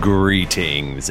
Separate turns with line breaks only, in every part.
Greetings,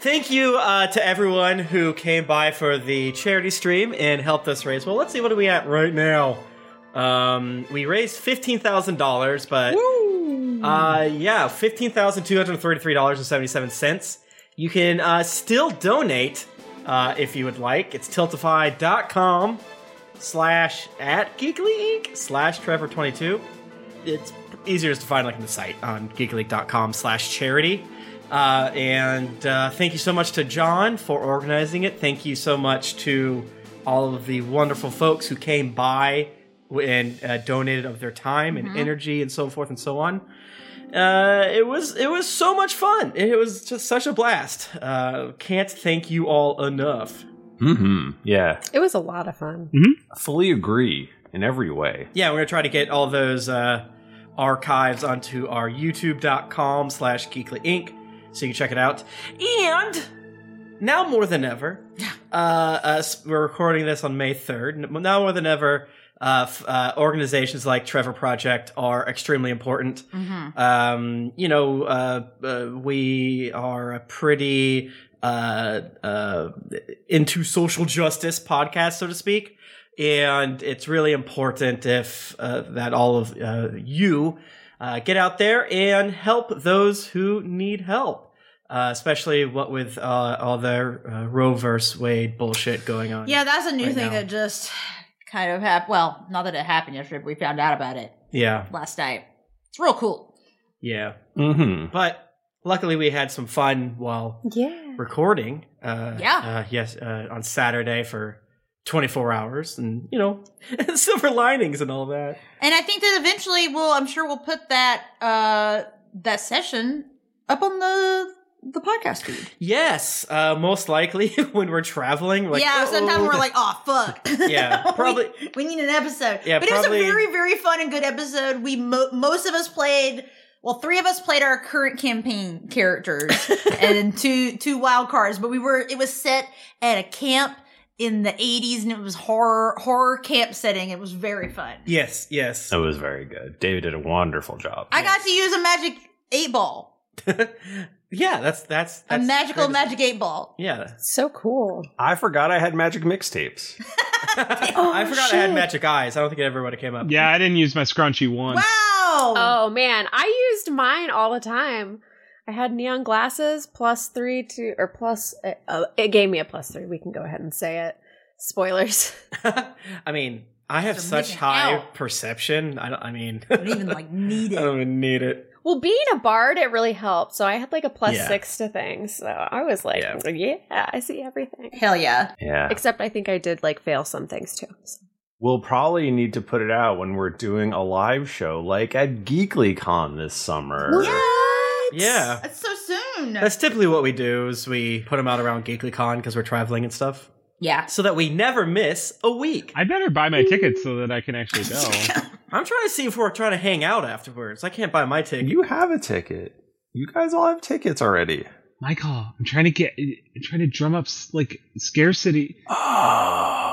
Thank you uh, to everyone who came by for the charity stream and helped us raise. Well, let's see what are we at right now. Um, we raised fifteen thousand dollars, but uh, yeah, fifteen thousand two hundred thirty-three dollars and seventy-seven cents. You can uh, still donate uh, if you would like. It's tiltify.com slash at Geekly Inc. slash Trevor twenty two it's easier to find like on the site on geekleak.com slash charity uh, and uh, thank you so much to john for organizing it thank you so much to all of the wonderful folks who came by and uh, donated of their time and energy and so forth and so on uh, it was it was so much fun it was just such a blast uh, can't thank you all enough
Mm hmm. Yeah.
It was a lot of fun.
Fully agree in every way.
yeah we're gonna try to get all those uh, archives onto our youtube.com slash geekly inc so you can check it out and now more than ever uh, us we're recording this on may 3rd N- now more than ever uh, f- uh, organizations like trevor project are extremely important um, you know, uh, uh, we are a pretty uh, uh, into social justice podcast, so to speak, and it's really important if uh, that all of uh, you uh, get out there and help those who need help. Uh, especially what with uh, all their uh, Roe versus Wade bullshit going on.
Yeah, that's a new
Right
thing
now.
that just kind of happened. Well, not that it happened yesterday, but we found out about it
yeah,
last night. It's real cool.
yeah.
Mm
But luckily, we had some fun while
Yeah.
recording. Uh,
Yeah.
Uh, yes, uh, on Saturday for 24 hours, and you know, silver linings and all that.
And I think that eventually we'll, I'm sure we'll put that, uh, that session up on the, the podcast feed.
Yes, uh, most likely when we're traveling. Like,
yeah,
"Uh-oh."
sometimes we're like, oh, fuck.
Yeah,
We-
probably-
we, need an episode.
Yeah,
but
probably-
it was a very, very fun and good episode. We mo- most of us played. Well, three of us played our current campaign characters, and then two two wild cards. But we were it was set at a camp in the '80s, and it was horror horror camp setting. It was very fun.
Yes, yes.
That was very good. David did a wonderful job.
I got to use a magic eight ball,
yeah, that's that's, that's
a magical
great.
magic eight ball.
Yeah,
So cool.
I forgot I had magic mixtapes.
Oh,
I forgot I had
shit.
magic eyes. I don't think it ever would have came up.
Yeah, I didn't use my scrunchy one.
Um,
Wow!
Oh man, I used mine all the time. I had neon glasses plus three to or plus. Uh, uh, it gave me a plus three. We can go ahead and say it. Spoilers.
I mean, I have
You're
such
missing
high
out.
perception. I don't. I mean,
I don't even like need
I
it.
don't even need it.
Well, being a bard, it really helped. So I had like a plus
Yeah.
six to things. So I was like,
Yeah.
yeah, I see everything.
Hell yeah!
Yeah.
Except I think I did like fail some things too. So.
We'll probably need to put it out when we're doing a live show like at GeeklyCon this summer.
What?
Yeah.
That's so soon.
That's typically what we do. Is we put them out around GeeklyCon because we're traveling and stuff,
yeah.
so that we never miss a week.
I better buy my tickets so that I can actually go.
I'm trying to see if we're trying to hang out afterwards. I can't buy my ticket.
You have a ticket. You guys all have tickets already.
Michael, I'm trying to get, I'm trying to drum up like scarcity.
Oh.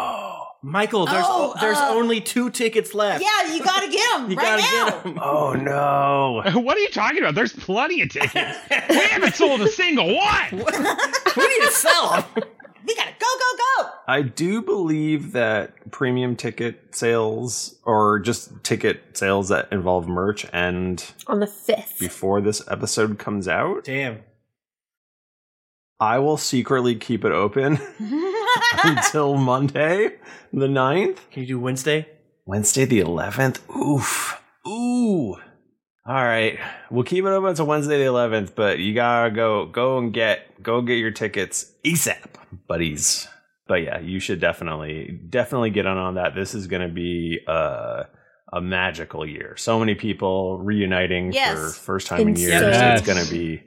Michael, there's
Oh,
there's
uh,
only two tickets left.
Yeah, you gotta get them
you
right
gotta
now.
get them.
Oh no.
What are you talking about? There's plenty of tickets. we haven't sold a single one.
we need to sell them.
We gotta go, go, go.
I do believe that premium ticket sales or just ticket sales that involve merch end
On the 5th.
before this episode comes out.
Damn.
I will secretly keep it open until Monday the 9th.
Can you do Wednesday?
Wednesday the 11th. Oof. Ooh. All right. We'll keep it open until Wednesday the 11th, but you got to go go and get go get your tickets ASAP, buddies. But yeah, you should definitely definitely get on on that. This is going to be uh a magical year. So many people reuniting
Yes.
for first time in years.
Insane.
It's going to be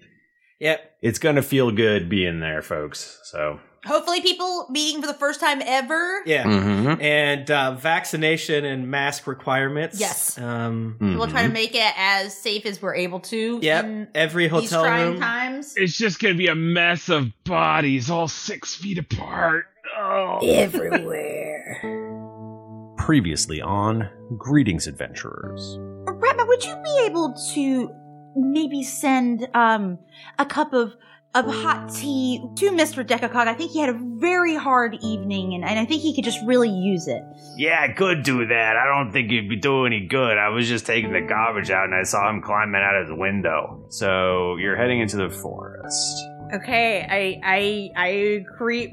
Yep.
It's gonna feel good being there, folks. So
Hopefully, people meeting for the first time ever.
Yeah.
mm-hmm.
And uh, vaccination and mask requirements.
Yes.
Um,
We'll try to make it as safe as we're able to.
yep.
in
Every
These
hotel
trying
room.
times.
It's just gonna be a mess of bodies all six feet apart. Oh.
Everywhere.
Previously on Greetings, Adventurers.
Rabbi, would you be able to maybe send um, a cup of of hot tea to Mr. Decacock? I think he had a very hard evening, and, and I think he could just really use it.
Yeah, I could do that. I don't think it'd be doing any good. I was just taking the garbage out and I saw him climbing out of the window.
So you're heading into the forest.
Okay, I I I creep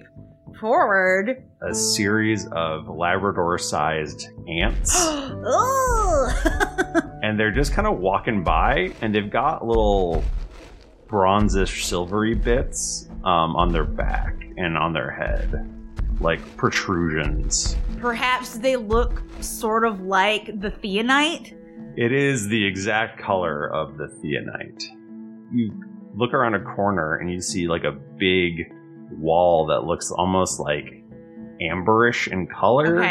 forward.
A series of Labrador-sized ants.
oh,
and they're just kind of walking by and they've got little bronzish silvery bits um, on their back and on their head like protrusions
perhaps they look sort of like the theonite.
it is the exact color of the theonite you look around a corner and you see like a big wall that looks almost like amberish in color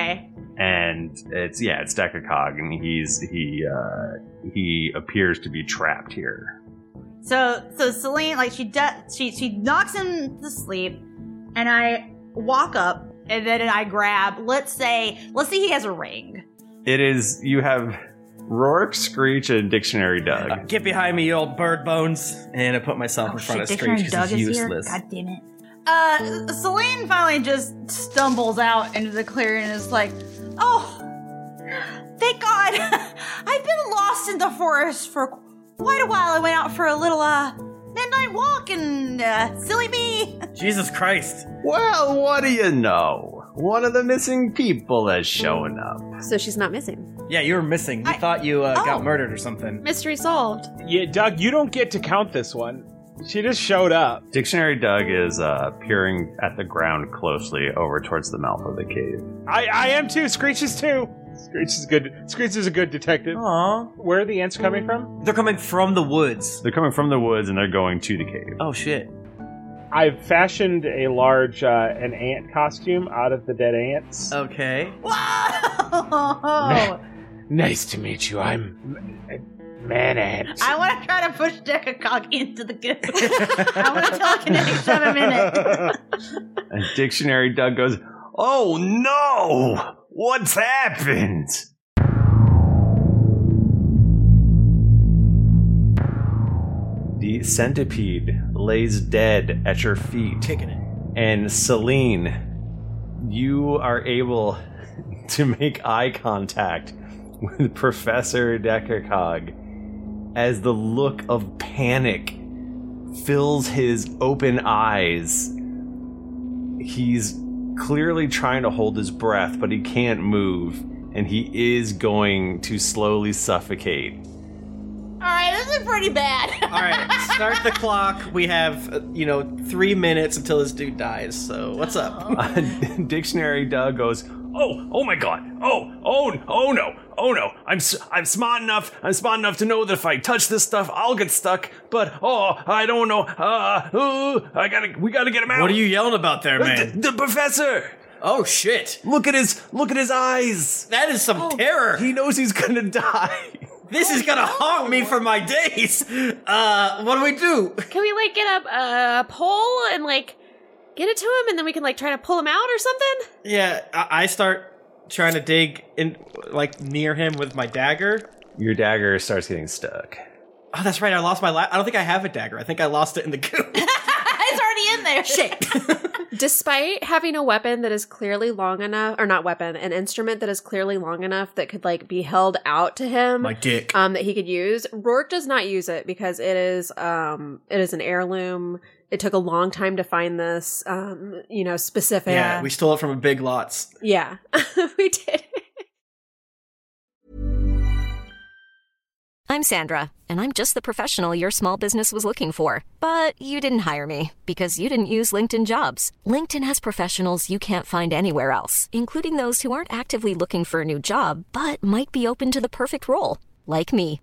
and it's yeah, it's Decacog, and he's he uh, he appears to be trapped here.
So so Celine like she does she she knocks him to sleep, and I walk up and then I grab let's say let's say he has a ring.
It is you have Rorik, Screech, and Dictionary Doug.
Uh, get behind me, you old bird bones. And I put myself
Oh,
in front of Screech because he's useless.
God damn it. Uh, Celine finally just stumbles out into the clearing and is like, "Oh, thank God! I've been lost in the forest for quite a while. I went out for a little uh midnight walk, and uh, silly me."
Jesus Christ.
well, what do you know? One of the missing people has shown up.
So she's not missing.
Yeah, you were missing. You
I-
thought you uh,
Oh.
got murdered or something.
Mystery solved.
Yeah, Doug, you don't get to count this one. She just showed up.
Dictionary Doug is uh, peering at the ground closely over towards the mouth of the cave.
I, I am too. Screech is too. Screech is good. Screech is a good detective.
Aw.
Where are the ants coming from?
They're coming from the woods.
They're coming from the woods and they're going to the cave.
Oh, shit.
I've fashioned a large uh, an ant costume out of the dead
Oh.
ants.
Okay.
Whoa!
Nice to meet you. I'm Man Ant.
I want to try to push Decacock into the goo. I want to telekinetic shove him in it.
And Dictionary Doug goes, "Oh no! What's happened?" The centipede lays dead at your feet.
Kicking it.
And Celine, you are able to make eye contact with Professor Deckercog as the look of panic fills his open eyes. He's clearly trying to hold his breath, but he can't move, and he is going to slowly suffocate.
All right, this is pretty bad.
All right, start the clock. We have, uh, you know, three minutes until this dude dies. So, what's up?
Dictionary Doug goes, "Oh, oh my God! Oh, oh, oh no, oh no! I'm s- I'm smart enough. I'm smart enough to know that if I touch this stuff, I'll get stuck. But oh, I don't know. Uh, ooh, I gotta. We gotta get him out.
What are you yelling about there,
The,
man?
the professor.
Oh, shit.
Look at his. Look at his eyes.
That is
Oh.
some terror.
He knows he's gonna die.
This is gonna haunt me for my days. Uh, what do we do?
Can we like get a, a pole and like get it to him, and then we can like try to pull him out or something?
Yeah, I, I start trying to dig in, like near him with my dagger.
Your dagger starts getting stuck.
Oh, that's right. I lost my. La- I don't think I have a dagger. I think I lost it in the goo.
it's already in there. Shit.
Despite having a weapon that is clearly long enough, or not weapon, an instrument that is clearly long enough that could like be held out to him,
dick.
um, that he could use. Rourke does not use it because it is um, it is an heirloom. It took a long time to find this, um, you know, specific.
yeah, we stole it from a big lots.
yeah, we did.
I'm Sandra, and I'm just the professional your small business was looking for. But you didn't hire me because you didn't use LinkedIn jobs. LinkedIn has professionals you can't find anywhere else, including those who aren't actively looking for a new job but might be open to the perfect role, like me.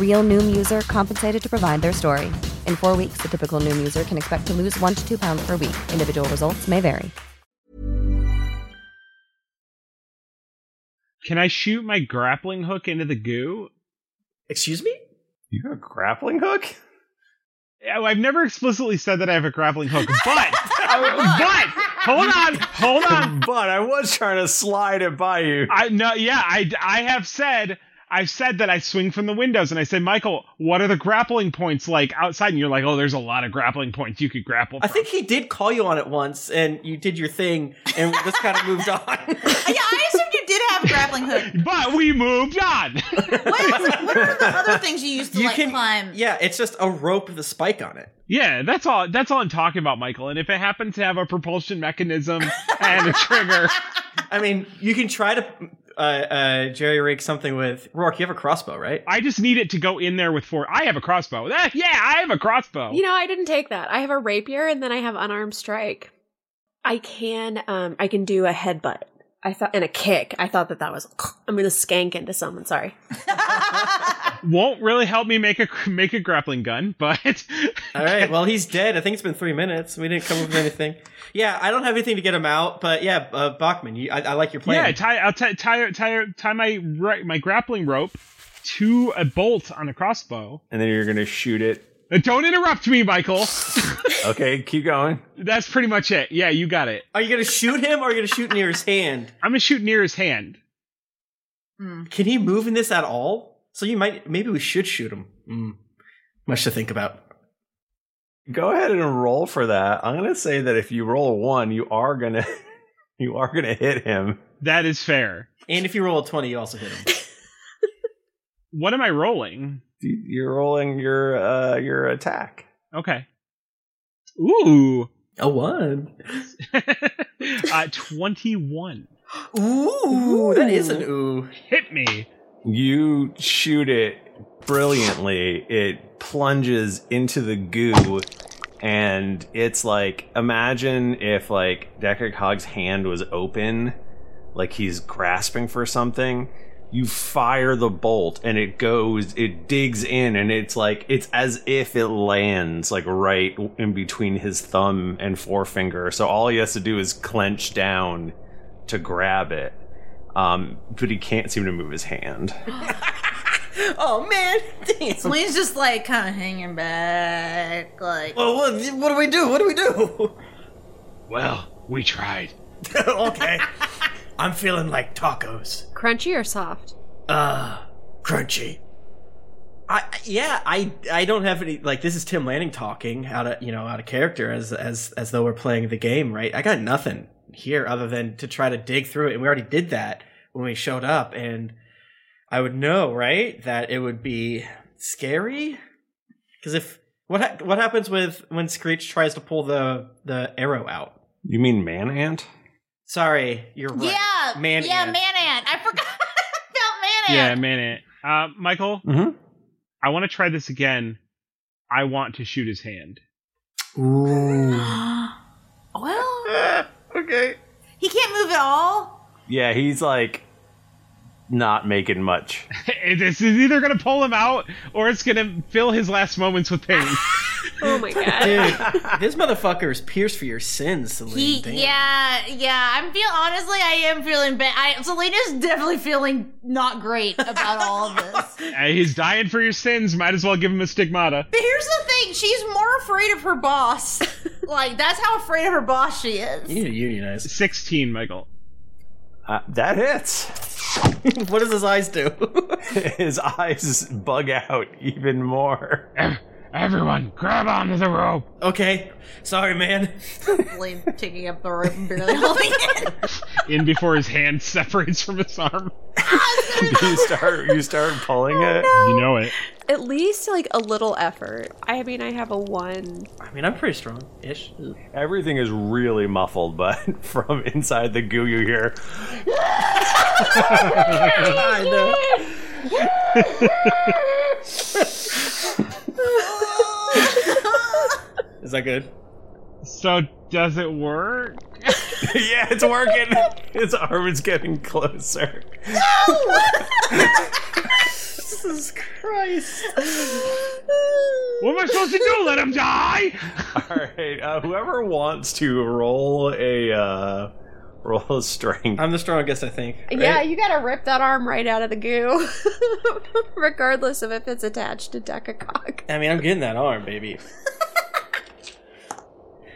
Real Noom user compensated to provide their story. In four weeks, the typical Noom user can expect to lose one to two pounds per week. Individual results may vary.
Can I shoot my grappling hook into the goo?
Excuse me?
You have a grappling hook?
Yeah, well, I've never explicitly said that I have a grappling hook, but but hold on, hold on.
But I was trying to slide it by you.
I no, yeah, I I have said I've said that I swing from the windows, and I said, Michael, what are the grappling points like outside? And you're like, oh, there's a lot of grappling points you could grapple.
I think he did call you on it once, and you did your thing, and we just kind of moved on.
yeah, I assumed you did have a grappling hook.
But we moved on.
What, else, what are the other things you used to
You
like
can-
climb?
yeah, it's just a rope with a spike on it.
yeah, that's all. That's all I'm talking about, Michael. And if it happened to have a propulsion mechanism and a trigger,
I mean, you can try to uh, uh, jerry rig something with Rourke. You have a crossbow, right?
I just need it to go in there with four. I have a crossbow. Ah, yeah, I have a crossbow.
You know, I didn't take that. I have a rapier and then I have unarmed strike. I can um I can do a headbutt. I thought and a kick. I thought that that was I'm going to skank into someone, sorry.
Won't really help me make a make a grappling gun, but
All right. Well, he's dead. I think it's been three minutes. We didn't come up with anything. Yeah, I don't have anything to get him out, but yeah, uh, Bachman, you, I, I like your plan.
Yeah, tie I'll tie tie tie, tie my ri- my grappling rope to a bolt on a crossbow.
And then you're gonna shoot it.
And don't interrupt me, Michael.
Okay, keep going.
That's pretty much it. Yeah, you got it.
are you gonna shoot him, or are you gonna shoot near his hand?
I'm gonna shoot near his hand.
Can he move in this at all? So you might, maybe we should shoot him. Mm. Much to think about.
Go ahead and roll for that. I'm gonna say that if you roll a one, you are gonna you are gonna hit him.
That is fair.
And if you roll a twenty, you also hit him.
What am I rolling?
You're rolling your uh your attack.
Okay. Ooh.
A one.
uh, 21.
Ooh, that is an ooh.
Hit me.
You shoot it brilliantly. It plunges into the goo and it's like imagine if like Decker Cog's hand was open, like he's grasping for something. You fire the bolt and it goes, it digs in and it's like it's as if it lands like right in between his thumb and forefinger. So all he has to do is clench down to grab it. Um, but he can't seem to move his hand.
Oh man, damn.
Selene's just like kind of hanging back, like
Well, what, what do we do? What do we do?
Well, we tried.
okay. I'm feeling like tacos.
Crunchy or soft?
Uh, crunchy. I yeah, I I don't have any like this is Tim Lanning talking out of you know out of character as as as though we're playing the game, right? I got nothing here other than to try to dig through it, and we already did that when we showed up, and I would know right that it would be scary because if what ha- what happens with when Screech tries to pull the the arrow out?
You mean man ant?
Sorry, you're right.
Yeah,
Man
yeah,
ant.
man ant. I forgot about man
Yeah,
ant.
man ant. Uh, Michael, I want to try this again. I want to shoot his hand.
well,
okay.
He can't move at all.
Yeah, he's like not making much.
this is either going to pull him out or it's going to fill his last moments with pain.
oh my
Dude, this motherfucker is pierced for your sins, Celine.
He,
Damn.
yeah, yeah. I'm feel honestly, I am feeling bad. I, Selena's definitely feeling not great about all of this.
Uh, he's dying for your sins. Might as well give him a stigmata.
But here's the thing: she's more afraid of her boss. like that's how afraid of her boss she is.
You need to unionize. 16, Michael.
Uh, that hits.
what does his eyes do?
his eyes bug out even more.
Everyone, grab onto the rope.
Okay. Sorry, man.
Blame taking up the rope and barely holding it.
In before his hand separates from his arm.
you start you start pulling it.
You know it.
At least like a little effort. I mean, I have a one.
I mean, I'm pretty strong ish.
Everything is really muffled, but from inside the goo you hear.
Is that good?
So does it work?
yeah, it's working. His arm is getting closer.
Jesus Christ.
What am I supposed to do? Let him die?
All right, uh, whoever wants to roll a uh, roll a strength.
I'm the strongest, I think.
Yeah, you gotta rip that arm right out of the goo, regardless of if it's attached to Decacock.
I mean, I'm getting that arm, baby.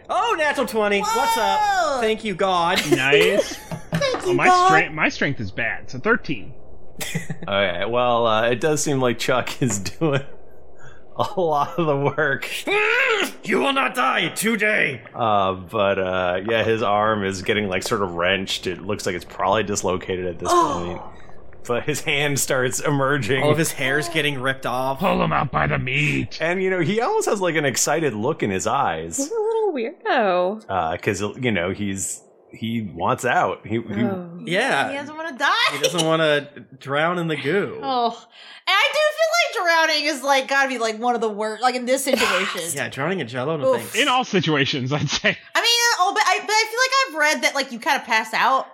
oh, natural 20. What's up? Thank you, God.
Nice.
Thank
Oh,
you,
my
God.
strength my strength is bad. So 13.
All right. Well, uh, it does seem like Chuck is doing a lot of the work,
You will not die today.
uh, but uh, yeah, his arm is getting like sort of wrenched. It looks like it's probably dislocated at this point. But his hand starts emerging,
All of his hair's getting ripped off.
Pull him out by the meat.
and you know he almost has like an excited look in his eyes
He's a little weirdo.
because you know he's he wants out. He, he
Oh.
He
Yeah.
doesn't want to die.
He doesn't want to drown in the goo.
Oh, and I do feel like drowning is like gotta be like one of the worst. Like in this situation,
Yeah, drowning in jello, no
Oof.
thanks.
In all situations, I'd say.
I mean, oh, but I, but I feel like I've read that like you kind of pass out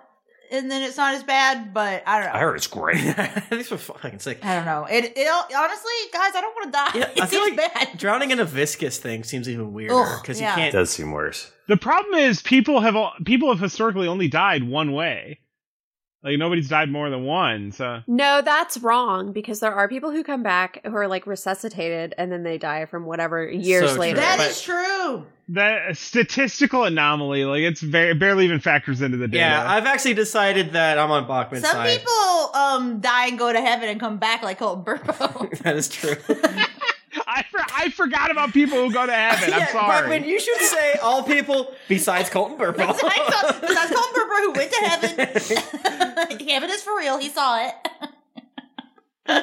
and then it's not as bad. But I don't know.
I heard it's great.
These were fucking sick.
I don't know. It, it honestly, guys, I don't want to die.
Yeah,
it
I feel
seems
like
bad.
drowning in a viscous thing seems even weirder
Ugh,
because
yeah.
It
you can't.
does seem worse.
The problem is people have al- people have historically only died one way. Like nobody's died more than one. So
No, that's wrong because there are people who come back who are like resuscitated and then they die from whatever years
true.
later.
That
But-
is true.
that statistical anomaly, like it's very barely even factors into the data.
Yeah, I've actually decided that I'm on Bachman's
Some
side.
people um die and go to heaven and come back like Colton Burpo.
that is true.
I, for- I forgot about people who go to heaven. I'm
yeah,
sorry.
Bachman, you should say all people besides Colton Burpo.
Besides Col- besides Colton Burpo who went to heaven. heaven is for real. He saw it.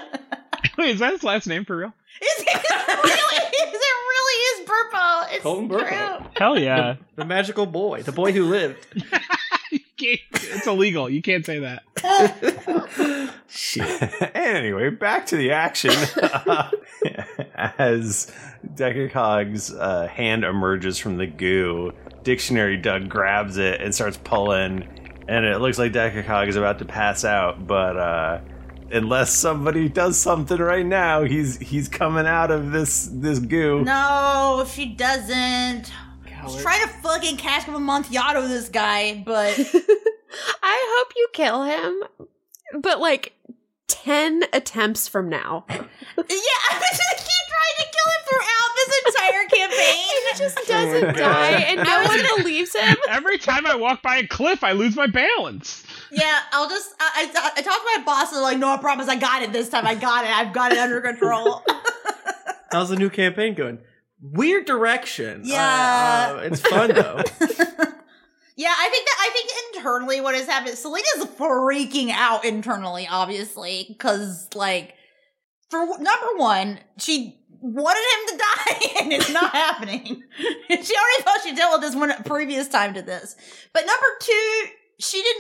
Wait, is that his last name for real?
Is it really? Is it really is Burpo? It's
Colton Burpo.
true.
Hell yeah.
the magical boy, the boy who lived.
it's illegal. You can't say that.
anyway, back to the action. As Decacog's uh, hand emerges from the goo, Dictionary Doug grabs it and starts pulling, and it looks like Decacog is about to pass out, but uh, unless somebody does something right now, he's he's coming out of this this goo.
No, she doesn't. She's trying to fucking cast him a Montiato this guy, but
I hope you kill him, but like 10 attempts from now.
Yeah, I'm just gonna keep trying to kill him throughout this entire campaign.
He just doesn't die and no one believes him.
Every time I walk by a cliff, I lose my balance.
yeah, I'll just I, I, I talked to my boss and I'm like, no, I promise, I got it this time. I got it. I've got it under control.
How's the new campaign going? Weird direction.
Yeah.
Uh, uh, it's fun though.
yeah, I think that I think internally what has happened. Selena's freaking out internally, obviously, because like for number one, she wanted him to die, and it's not happening. she already thought she dealt with this one previous time to this. But number two, she did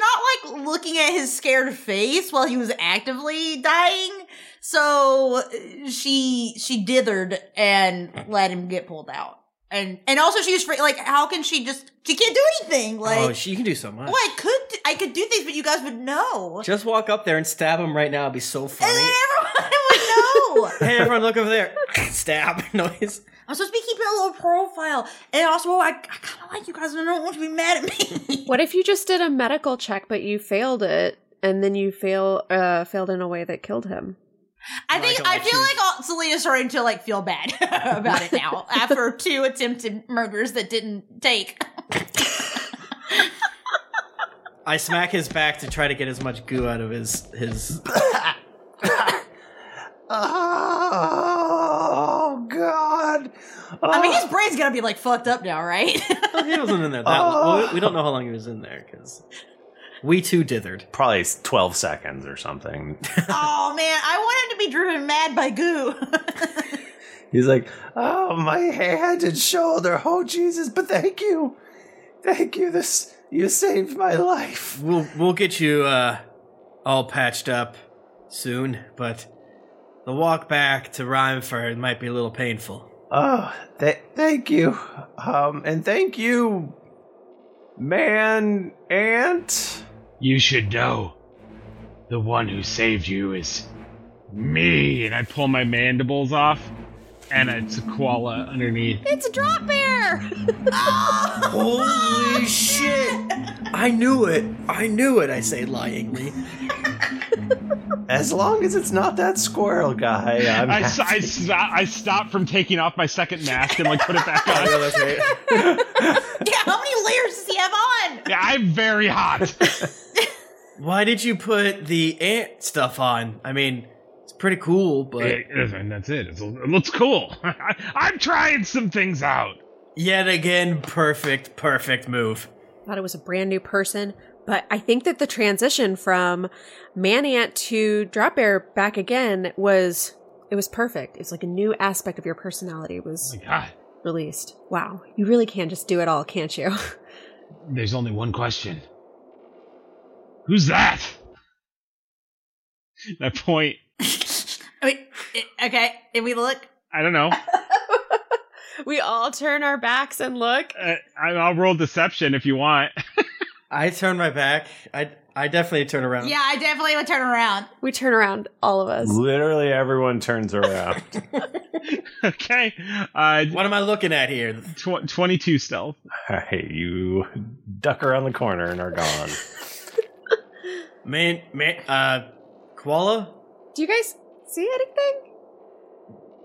not like looking at his scared face while he was actively dying. So uh, she she dithered and let him get pulled out. And and also she was free, like, how can she just? She can't do anything. Like,
oh, she can do so much.
well, I could do- I could do things, but you guys would know.
Just walk up there and stab him right now. It'd be so funny.
I would know.
hey, everyone, look over there. stab noise.
I'm supposed to be keeping a low profile, and also I, I kind of like you guys, and I don't want you to be mad at me.
What if you just did a medical check but you failed it and then you fail uh failed in a way that killed him?
I think I feel like all, Selena's starting to like feel bad about it now after two attempted murders that didn't take.
I smack his back to try to get as much goo out of his his.
Ah!
Oh God! I mean, his brain's gonna be like fucked up now, right?
Oh, he wasn't in there that. long. we don't know how long he was in there because Oh. we too dithered.
Probably twelve seconds or something.
oh man, I want him to be driven mad by goo.
He's like, "Oh, my hand and shoulder. Oh, Jesus! But thank you, thank you. This you saved my life."
We'll we'll get you uh, all patched up soon, but the walk back to Rhymeford might be a little painful.
Oh, th- thank you. Um, and thank you, man, aunt.
You should know. The one who saved you is me. And I pull my mandibles off, and it's a koala underneath.
it's a drop bear. Ah!
Holy shit! I knew it. I knew it. I say lyingly.
As long as it's not that squirrel guy, I'm
I, s-
happy.
I, s- I stopped from taking off my second mask and like put it back on.
yeah, how many layers does he have on?
Yeah, I'm very hot.
Why did you put the ant stuff on? I mean, it's pretty cool, but
It- it- and that's it. It's, it looks cool. I'm trying some things out.
yet again, perfect, perfect move.
Thought it was a brand new person, but I think that the transition from Manant to Drop Bear back again was it was perfect. It's like a new aspect of your personality was released. Wow, you really can just do it all, can't you?
There's only one question. Who's that? That point.
I mean, i- okay, and we look.
I don't know.
we all turn our backs and look.
Uh, I- I'll roll deception if you want.
I turn my back. I I definitely turn around.
Yeah, I definitely would turn around.
We turn around, all of us.
Literally everyone turns around.
okay. Uh,
what am I looking at here?
Tw- 22 stealth.
All right, you duck around the corner and are gone.
Man, man, uh, koala.
Do you guys see anything?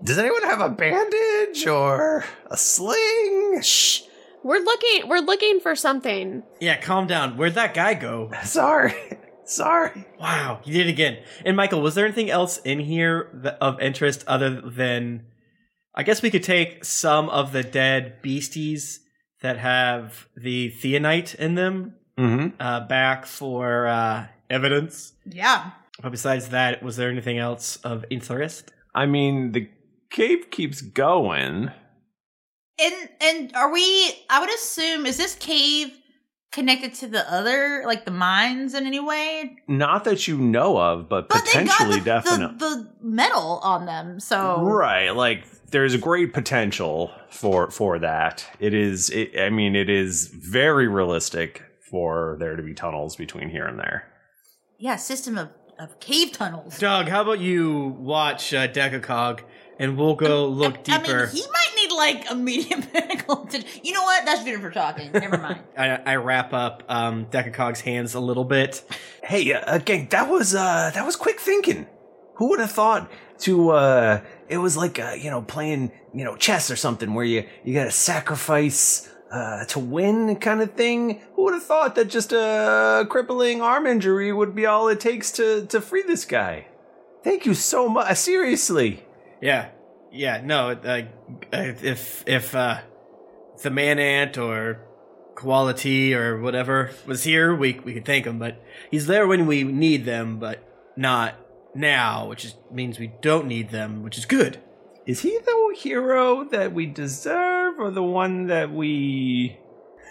Does anyone have a bandage or a sling?
Shh. We're looking we're looking for something.
Yeah, calm down. Where'd that guy go?
Sorry, sorry.
Wow, he did it again. And Michael, was there anything else in here th- of interest other than? I guess we could take some of the dead beasties that have the theonite in them
Mm-hmm.
uh, back for uh, evidence.
Yeah.
But besides that, was there anything else of interest?
I mean, the cave keeps going.
And and are we? I would assume is this cave connected to the other, like the mines in any way?
Not that you know of, but,
But they got
potentially
the, Oh.
definitely.
the, the metal on them, so
right like there's great potential for for that it is it, i mean it is very realistic for there to be tunnels between here and there
yeah, system of of cave tunnels.
Doug, how about you watch uh, Decacog and we'll go look
Um, I mean,
deeper.
he might need like immediate medical attention. You know what? That's good for talking. Never mind.
I, I wrap up um, Decacog's hands a little bit.
hey uh, uh, gang that was uh that was quick thinking who would have thought to uh it was like uh you know playing you know chess or something where you you gotta sacrifice uh to win kind of thing who would have thought that just a crippling arm injury would be all it takes to to free this guy thank you so much seriously
Yeah, yeah. No, uh, if if uh, the man ant or quality or whatever was here, we we could thank him. But he's there when we need them, but not now, which is, means we don't need them, which is good.
Is he the hero that we deserve or the one that we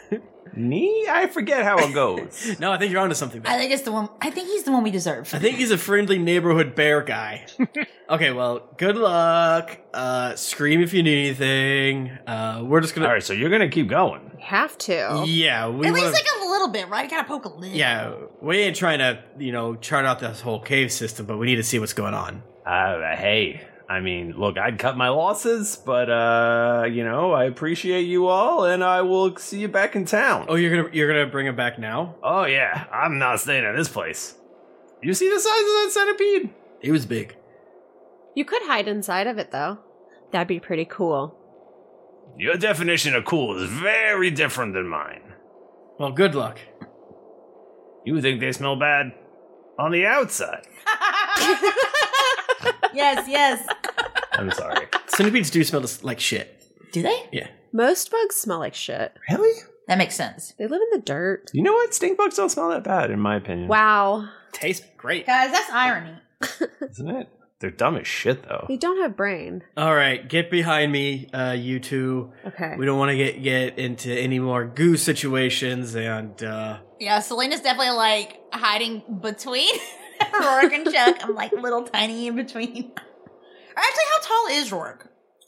need? I forget how it goes.
no, I think you're onto something.
I think it's the one. I think he's the one we deserve.
I think he's a friendly neighborhood bear guy. okay, well, good luck. Uh, scream if you need anything. Uh, we're just gonna. All
right, so you're gonna keep going.
Have to.
Yeah, we
At least
wanna-
like a little bit, right? Gotta poke a little.
yeah, we ain't trying to you know chart out this whole cave system, but we need to see what's going on.
Uh, hey, I mean, look, I'd cut my losses, but uh, you know, I appreciate you all, and I will see you back in town.
Oh, you're gonna you're gonna bring him back now?
Oh yeah, I'm not staying at this place. You see the size of that centipede?
It was big.
You could hide inside of it though. That'd be pretty cool.
Your definition of cool is very different than mine.
Well, good luck.
You think they smell bad on the outside?
yes, yes.
I'm sorry.
Centipedes do smell like shit.
Do they?
Yeah.
Most bugs smell like shit.
Really?
That makes sense.
They live in the dirt.
You know what? Stink bugs don't smell that bad, in my opinion.
Wow.
Tastes great.
Guys, that's irony.
Isn't it? They're dumb as shit, though.
They don't have brain.
All right, get behind me, uh, you two.
Okay.
We don't want to get get into any more goo situations, and uh,
Yeah, Selena's definitely like hiding between Rourke and Chuck. I'm like little tiny in between. Actually, how tall is Rourke?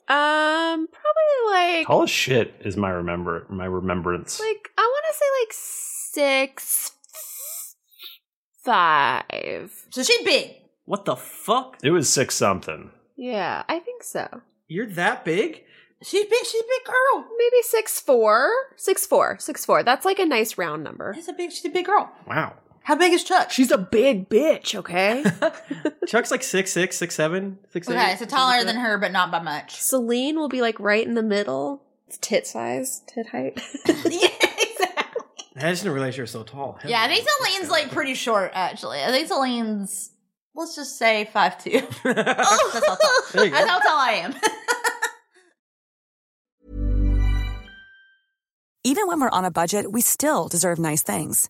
Um, probably like
Tall as shit is my remember my remembrance.
like I want to say like six five.
So she's big.
what the fuck?
It was six something.
Yeah, I think so.
You're that big?
She's big. She's a big girl.
Maybe six four, six four, six four. That's like a nice round number.
She's a big. She's a big girl.
Wow.
How big is Chuck?
She's a big bitch, okay?
Chuck's like six six, six seven, six eight.
okay, so taller than her, but not by much.
Celine will be like right in the middle. It's tit size, tit height.
yeah, exactly.
I just didn't realize you were so tall. Hell
Yeah, I think Celine's like pretty short. Actually, I think Celine's. Let's just say five two. That's how tall.
There you go.
That's how tall Oh. I am.
Even when we're on a budget, we still deserve nice things.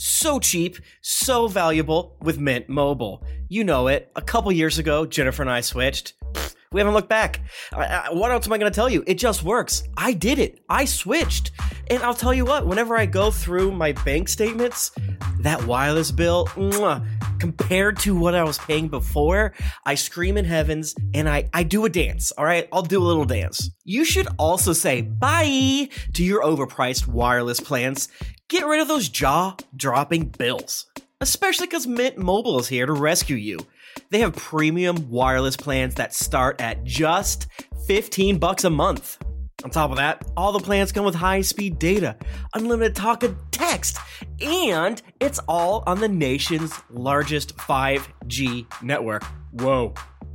so cheap, so valuable with Mint Mobile. You know it. A couple years ago, Jennifer and I switched. Pfft, We haven't looked back. I, I, what else am I going to tell you? It just works. I did it. I switched. And I'll tell you what, whenever I go through my bank statements, that wireless bill, mwah, compared to what I was paying before, I scream in heavens and I, I do a dance. All right. I'll do a little dance. You should also say bye to your overpriced wireless plans. Get rid of those jaw dropping bills especially because Mint Mobile is here to rescue you. They have premium wireless plans that start at just 15 bucks a month. On top of that, all the plans come with high-speed data, unlimited talk and text, and it's all on the nation's largest 5G network. Whoa.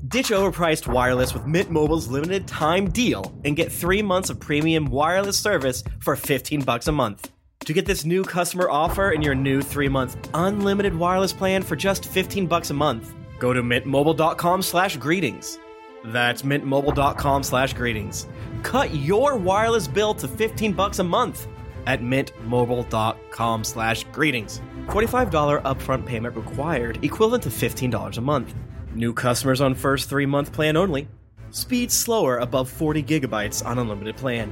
Ditch overpriced wireless with Mint Mobile's limited time deal and get 3 months of premium wireless service for 15 bucks a month. To get this new customer offer and your new three-month unlimited wireless plan for just 15 bucks a month, go to mintmobile.com slash greetings. That's mintmobile.com slash greetings. Cut your wireless bill to 15 bucks a month at mintmobile.com slash greetings. $45 upfront payment required, equivalent to $15 a month. New customers on first three-month plan only. Speed slower above 40 gigabytes on unlimited plan.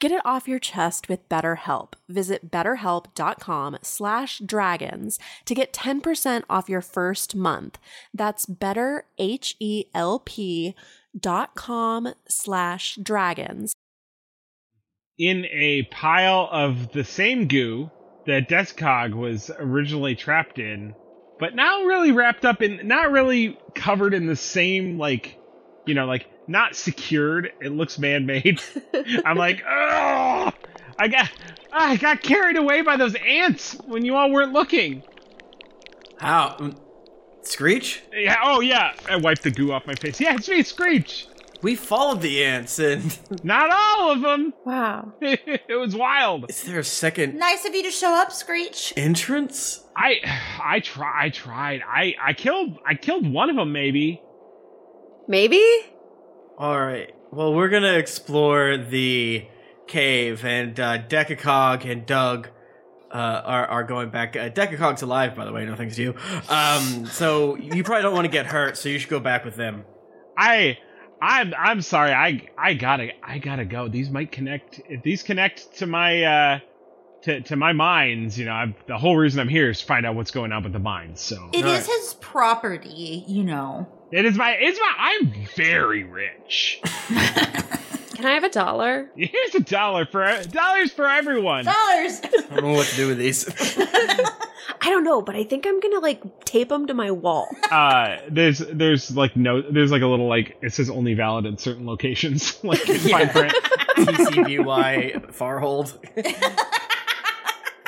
Get it off your chest with BetterHelp. Visit betterhelp.com slash dragons to get 10% off your first month. That's betterhelp.com slash dragons.
in a pile of the same goo that Descog was originally trapped in, but now really wrapped up in, not really covered in the same, like, you know, like, not secured. It looks man made. I'm like, oh, I got, I got carried away by those ants when you all weren't looking.
How? Screech?
Yeah. Oh, yeah. I wiped the goo off my face. Yeah, it's me, Screech.
We followed the ants and.
Not all of them.
Wow.
it was wild.
Is there a second
Nice of you to show up, Screech.
entrance?
I I try I tried. I I killed I killed one of them maybe.
Maybe?
All right. Well, we're gonna explore the cave, and uh, Decacog and Doug uh, are are going back. Uh, Decacog's alive, by the way. No thanks to you. Um, so you probably don't want to get hurt, so you should go back with them.
I I'm I'm sorry. I I got to I got to go. These might connect if these connect to my uh to to my mines, you know, I'm, the whole reason I'm here is to find out what's going on with the mines. So
It is his property, you know.
It is my it's my I'm very rich.
Can I have a dollar?
Here's a dollar for dollars for everyone.
Dollars.
I don't know what to do with these.
I don't know, but I think I'm gonna like tape them to my wall.
Uh there's there's like no there's like a little like it says only valid in certain locations like in fine print.
TCBY Farhold.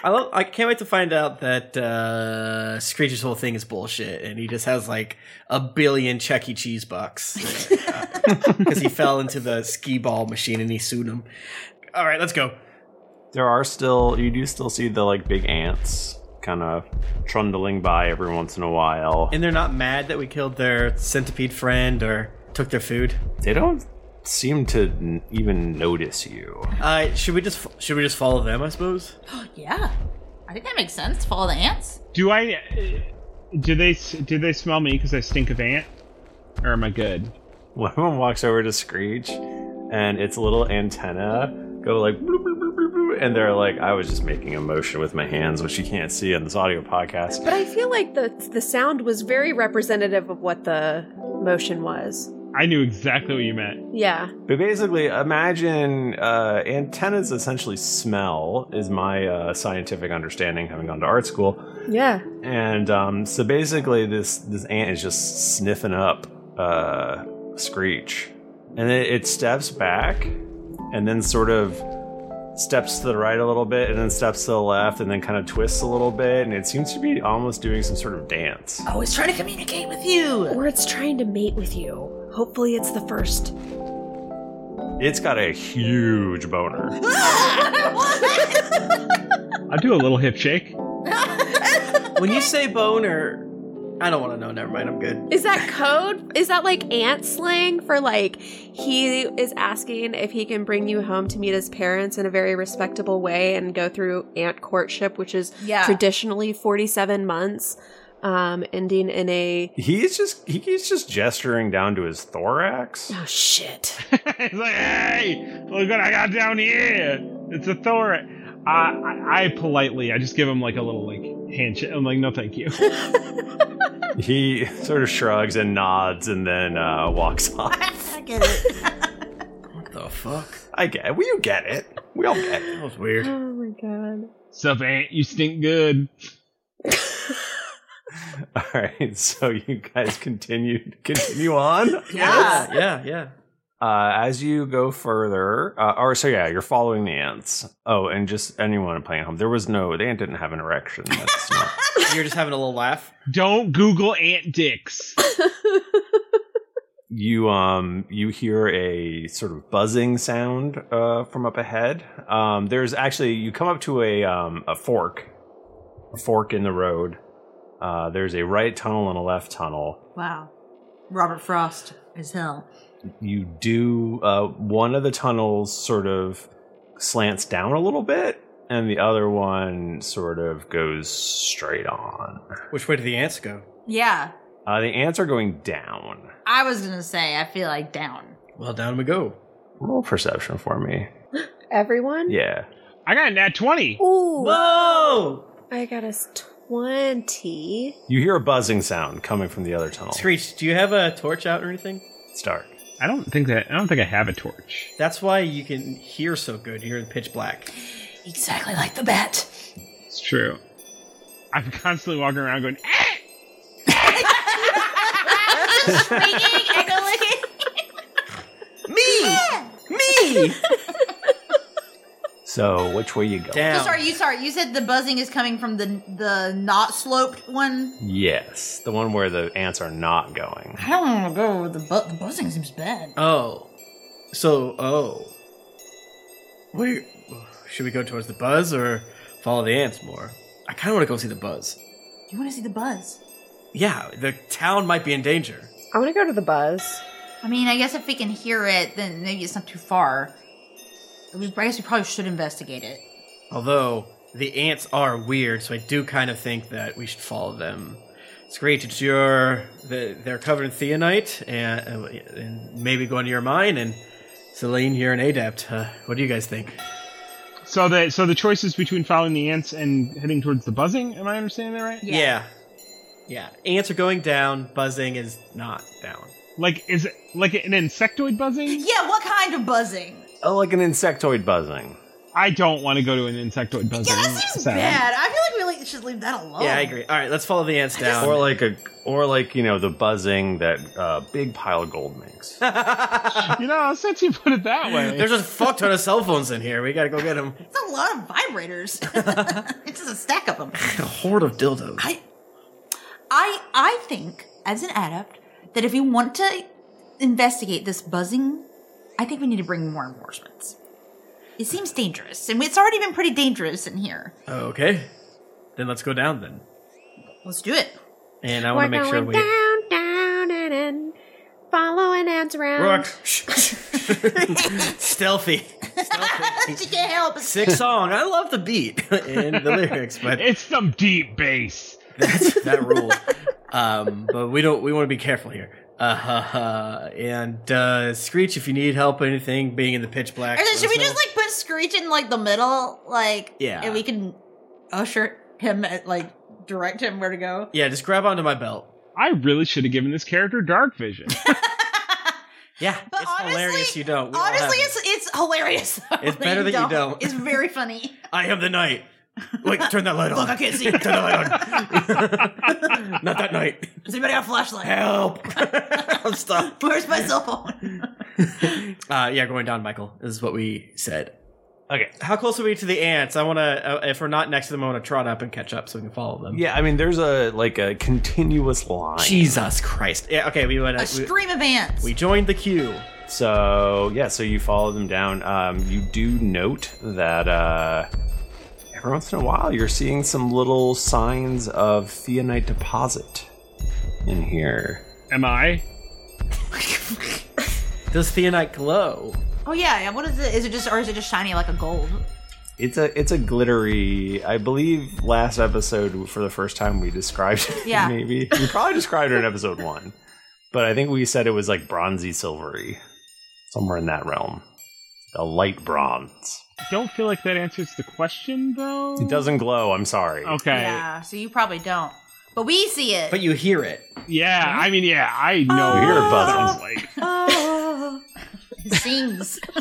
I love, I can't wait to find out that uh, Screech's whole thing is bullshit, and he just has like a billion Chuck E. Cheese bucks because he fell into the skee ball machine and he sued him. All right, let's go.
There are still you do still see the like big ants kind of trundling by every once in a while.
And they're not mad that we killed their centipede friend or took their food.
They don't seem to n- even notice you.
Uh, should we just f- should we just follow them? I suppose.
yeah. I think that makes sense. Follow the ants.
Do I uh, do they do they smell me cuz I stink of ant? Or am I good?
One of them walks over to Screech, and its little antenna go like, bloop, bloop, bloop, bloop, bloop, and they're like, I was just making a motion with my hands, which you can't see on this audio podcast.
But I feel like the the sound was very representative of what the motion was.
I knew exactly what you meant.
Yeah.
But basically, imagine uh, antennas essentially smell, is my uh, scientific understanding, having gone to art school.
Yeah.
And um, so basically, this, this ant is just sniffing up uh, Screech. And it, it steps back and then sort of steps to the right a little bit and then steps to the left and then kind of twists a little bit. And it seems to be almost doing some sort of dance.
Oh, it's trying to communicate with you.
Or it's trying to mate with you. Hopefully it's the first.
It's got a huge boner.
I'll do a little hip shake.
when you say boner, I don't want to know. Never mind. I'm good.
Is that code? Is that like ant slang for like he is asking if he can bring you home to meet his parents in a very respectable way and go through ant courtship, which is
Yeah.
traditionally 47 months, um, ending in a.
He's just he, he's just gesturing down to his thorax.
Oh shit!
He's like, hey, look what I got down here. It's a thorax. I, I, I politely, I just give him like a little like handshake. I'm like, no, thank you.
He sort of shrugs and nods and then uh, walks off.
I get it.
What the fuck? I get. Well, you get it. We all get. It. That was
weird.
Oh my god.
Sup, Ant? You stink good.
All right, so you guys continue continue on.
Yeah.
yeah, yeah.
Uh, as you go further, uh, or so yeah, you're following the ants. Oh, and just anyone playing at home. There was no the ant didn't have an erection. That's not.
You're just having a little laugh.
Don't Google ant dicks.
you um you hear a sort of buzzing sound uh from up ahead um there's actually you come up to a um a fork a fork in the road uh there's a right tunnel and a left tunnel
Wow. Robert Frost as hell.
you do uh one of the tunnels sort of slants down a little bit and the other one sort of goes straight on
which way do the ants go
Yeah.
uh the ants are going down
I was gonna say I feel like down.
well down we go
roll perception for me
Everyone?
yeah
I got a nat 20.
Ooh.
Whoa!
I got us 20.
you hear a buzzing sound coming from the other tunnel
Screech, do you have a torch out or anything?
It's dark.
I don't think that. I don't think I have a torch.
That's why you can hear so good. You're in pitch black.
Exactly like the bat.
It's true. I'm constantly walking around going,
Me! Me!
so which way you go
So sorry, you sorry. You said the buzzing is coming from the the not sloped one.
Yes, the one where the ants are not going.
I don't want to go. with The bu- the buzzing seems bad.
Oh. So, oh. What are you, should we go towards the buzz or follow the ants more? I kind of want to go see the buzz.
You want to see the buzz?
Yeah, the town might be in danger.
I want to go to the buzz.
I mean, I guess if we can hear it, then maybe it's not too far. We- I guess we probably should investigate it.
Although, the ants are weird, so I do kind of think that we should follow them. It's great. It's your. the- They're covered in theonite, and, and maybe going to your mine, and Celine, you're an adept. Uh, what do you guys think?
So the so the choices between following the ants and heading towards the buzzing. Am I understanding that right?
Yeah. yeah. Ants are going down, buzzing is not down.
Like is it like an insectoid buzzing?
Yeah, what kind of buzzing?
Oh, like an insectoid buzzing.
I don't want to go to an insectoid buzzing. Yeah, that seems
Bad. I feel like we really should leave that alone.
Yeah, I agree. All right, let's follow the ants down.
Or like a or like, you know, the buzzing that uh big pile of gold makes.
you know, since you put it that way,
there's just a fuck ton of cell phones in here. We gotta go get them.
It's a lot of vibrators. it's just a stack of them.
A horde of dildos.
I, I, I think as an adept that if we want to investigate this buzzing, I think we need to bring more enforcements. It seems dangerous, and it's already been pretty dangerous in here.
Okay, then let's go down then.
Let's do it.
And I want to make sure we.
down, down, and in, following ants around.
Rook. Stealthy.
she can't help.
Sick song. I love the beat and the lyrics, but
it's some deep bass.
That's that rules. um, but we don't. We want to be careful here. Uh, ha, ha. and uh, Screech, if you need help or anything, being in the pitch black.
Or then
let
should
us
we
know.
just like put Screech in like the middle, like
Yeah.
and we can usher him at like direct him where to go.
Yeah, just grab onto my belt.
I really should have given this character dark vision.
Yeah,
But
it's
honestly-
hilarious. You don't. We all have
Honestly,
it.
it's it's hilarious. though,
It's better that you don't.
It's very funny.
I am the knight. Wait, turn that light on.
Look, I can't see.
turn that light on. Not that night.
Does anybody have a flashlight?
Help! I'm stuck.
Where's my cell phone?
Uh, yeah, going down, Michael is what we said. Okay, how close are we to the ants? I want to. Uh, if we're not next to them, I want to trot up and catch up so we can follow them.
Yeah, I mean, there's a like a continuous line.
Jesus Christ! Yeah, okay, we went.
A stream of ants.
We joined the queue.
So yeah, so you follow them down. Um, you do note that uh, every once in a while you're seeing some little signs of theonite deposit in here.
Am I?
Does theonite glow?
Oh yeah, yeah. What is it? Is it just or is it just shiny like a gold?
It's a it's a glittery. I believe last episode for the first time we described it.
Yeah.
maybe we probably described it in episode one, but I think we said it was like bronzy silvery, somewhere in that realm, a light bronze.
Don't feel like that answers the question though.
It doesn't glow. I'm sorry.
Okay.
Yeah. So you probably don't, but we see it.
But
you hear it.
Yeah, I mean, yeah, I know.
You hear it
buzzing.
Oh. It sings.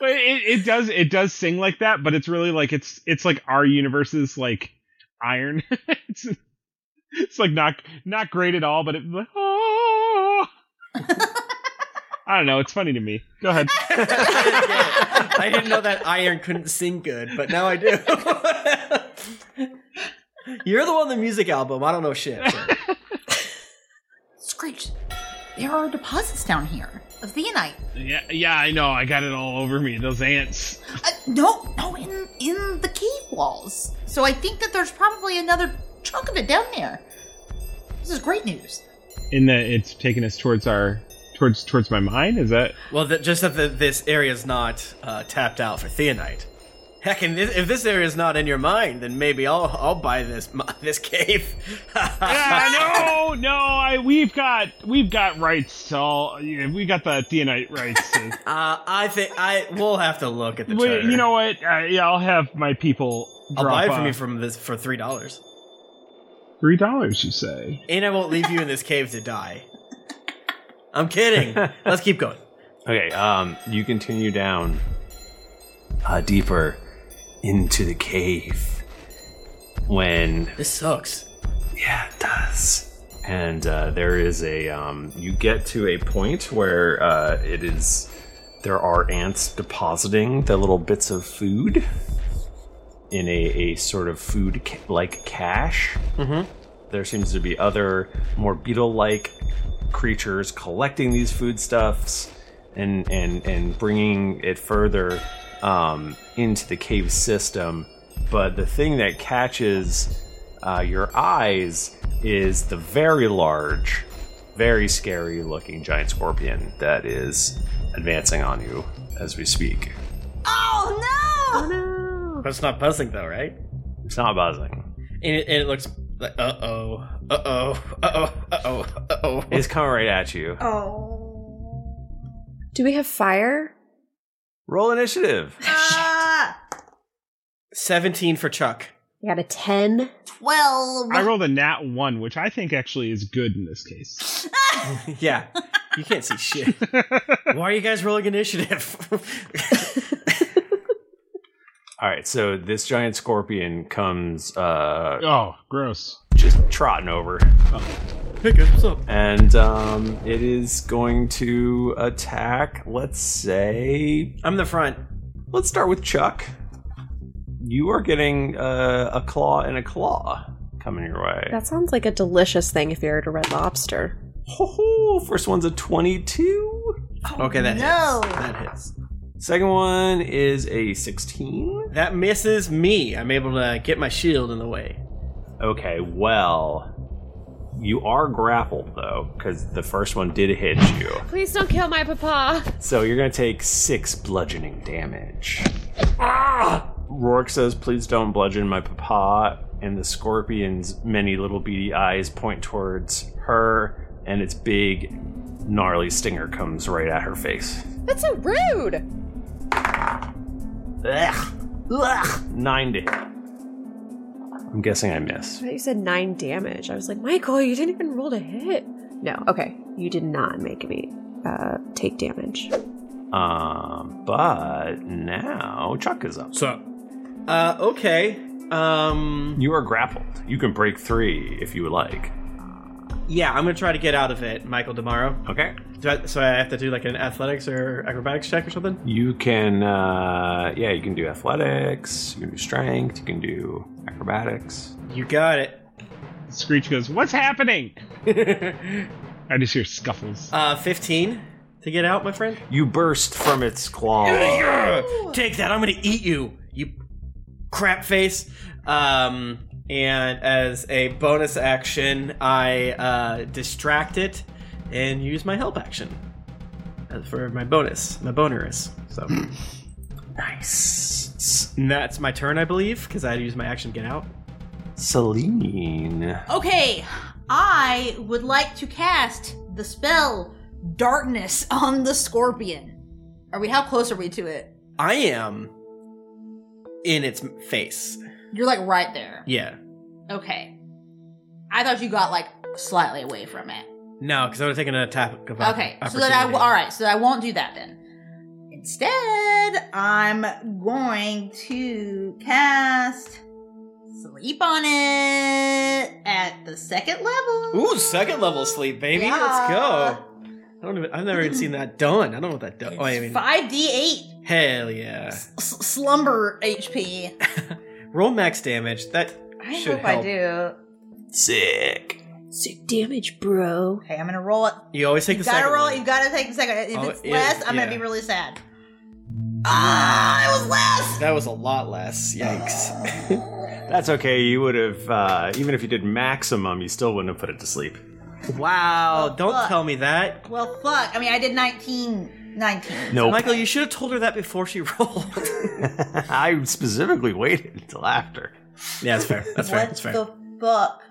Well, it, it does it does sing like that, but it's really like it's it's like our universe's like iron. it's, it's like not not great at all, but it like, oh. I don't know. It's funny to me. Go ahead.
I didn't know that iron couldn't sing good, but now I do. You're the one with the music album. I don't know shit.
Screech. There are deposits down here of theonite.
Yeah, yeah, I know. I got it all over me. Those ants.
Uh, No, no, in in the cave walls. So I think that there's probably another chunk of it down there. This is great news.
In that it's taking us towards our towards towards my mind. Is that
Well, th- just that the, this area's not uh, tapped out for theonite. Heck, and this, if this area's not in your mind, then maybe I'll I'll buy this m- this cave.
yeah, no, no. I we've got we've got rights to all. Yeah, we got the theonite rights. To,
Uh, I think I we'll have to look at the
Wait,
charter.
you know what? Uh, yeah, I'll have my people.
I'll
drop
buy it
off.
from you from this for three dollars,
Three dollars, you say?
and I won't leave you in this cave to die. I'm kidding. Let's keep going.
Okay, um, you continue down uh, deeper into the cave when
this sucks.
Yeah, it does. And uh, there is a um, you get to a point where uh, it is there are ants depositing the little bits of food in a, a sort of food ca- like cache.
Mm-hmm.
There seems to be other more beetle-like creatures collecting these foodstuffs and and and bringing it further um, into the cave system. But the thing that catches uh, your eyes is the very large, very scary-looking giant scorpion that is advancing on you as we speak.
Oh no!
That's not buzzing though, right?
It's not buzzing.
And it, and it looks like uh oh, uh oh, uh oh, uh oh, uh oh.
It's coming right at you.
Oh. Do we have fire?
Roll initiative.
Oh,
Seventeen for Chuck.
We got a 10.
12.
I rolled a nat one, which I think actually is good in this case.
yeah, you can't see shit. Why are you guys rolling initiative?
All right, so this giant scorpion comes. Uh,
oh, gross!
Just trotting over,
Pick us up.
and um, it is going to attack. Let's say
I'm the front.
Let's start with Chuck. You are getting uh, a claw and a claw coming your way.
That sounds like a delicious thing if you're at a red lobster.
Ho-ho, first one's a 22.
Okay, that
no.
hits. That hits.
Second one is a 16.
That misses me. I'm able to get my shield in the way.
Okay, well, you are grappled though, because the first one did hit you.
Please don't kill my papa.
So you're gonna take six bludgeoning damage. Ah! Rourke says, "Please don't bludgeon my papa." And the scorpion's many little beady eyes point towards her, and its big, gnarly stinger comes right at her face.
That's so rude.
Ugh. Nine to hit. I'm guessing I miss.
I thought you said nine damage. I was like, Michael, you didn't even roll to hit. No, okay. You did not make me uh, take damage.
Um, but now Chuck is up.
So, uh, okay. Um,
you are grappled. You can break three if you would like.
Yeah, I'm gonna try to get out of it, Michael Demaro.
Okay.
Do I, so I have to do like an athletics or acrobatics check or something.
You can, uh, yeah, you can do athletics, you can do strength, you can do acrobatics.
You got it.
Screech goes, What's happening? I just hear scuffles.
Uh, 15 to get out, my friend.
You burst from its claw.
Take that! I'm gonna eat you, you crap face. Um, and as a bonus action, I uh, distract it and use my help action as for my bonus, my bonerus. So nice. And that's my turn, I believe, because I had to use my action to get out.
Celine.
Okay, I would like to cast the spell Darkness on the scorpion. Are we? How close are we to it?
I am in its face.
You're like right there.
Yeah.
Okay. I thought you got like slightly away from it.
No, because I would have taken an attack. Of
Okay, so that I
opportunity.
all right, so I won't do that then. Instead, I'm going to cast sleep on it at the second level.
Ooh, second level sleep, baby. Let's go. I don't even. I've never even seen that done. I don't know what that does. Oh, I mean,
Five d eight
hell yeah.
slumber HP.
Roll max damage. That
I
should
hope
help.
I do.
Sick.
Sick damage, bro. Okay, I'm gonna roll it.
You always take
you
the
gotta
second
roll.
one.
You gotta take the second. If
Oh,
it's
it-
less, I'm
yeah.
gonna be really sad. Ah, it was less.
That was a lot less. Yikes.
That's okay. You would have, uh, even if you did maximum, you still wouldn't have put it to sleep.
Wow! don't
fuck.
tell me that.
Well, fuck. I mean, I did 19. 19.
Nope.
Michael, you should have told her that before she rolled.
I specifically waited until after.
Yeah, that's fair. That's fair. That's fair.
The fuck.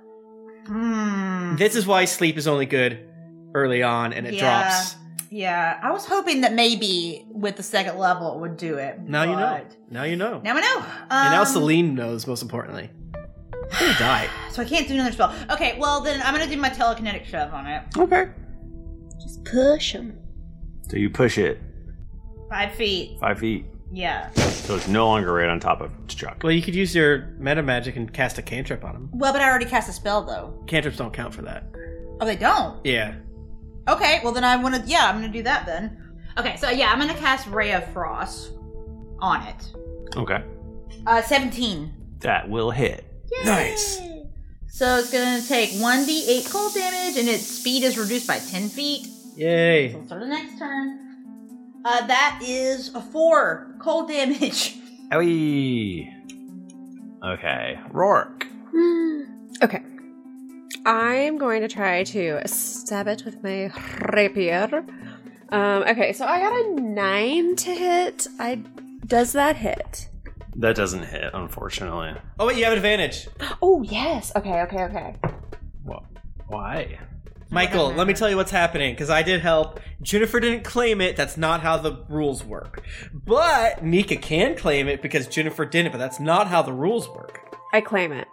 Hmm.
this is why sleep is only good early on, and it
Yeah.
drops.
Yeah, I was hoping that maybe with the second level it would do it.
Now you know.
but-
Now you know.
Now I know.
and now
Um,
Celine knows. Most importantly, I'm gonna die.
So I can't do another spell. Okay, well then I'm gonna do my telekinetic shove on it.
Okay.
Just push him.
So you push it
Five feet.
five feet,
Yeah.
so it's no longer right on top of Chuck.
Well, you could use your meta magic and cast a cantrip on him.
Well, but I already cast a spell though.
Cantrips don't count for that.
Oh, they don't.
Yeah.
Okay, well then I want to. Yeah, I'm gonna do that then. Okay, so yeah, I'm gonna cast Ray of Frost on it.
Okay.
Uh, 17.
That will hit.
Nice.
So it's gonna take 1d8 cold damage, and its speed is reduced by 10 feet.
Yay.
So the next turn. Uh, that is a four cold damage.
Owie. Okay. Rourke.
Okay. I'm going to try to stab it with my rapier. Um, okay, so I got a nine to hit. I does that hit?
That doesn't hit, unfortunately.
Oh wait, you have advantage,
Oh yes. Okay. Okay. Okay.
Why?
Michael. Let me tell you what's happening because I did help. Jennifer didn't claim it. That's not how the rules work. But Nika can claim it because Jennifer didn't. But that's not how the rules work.
I claim it.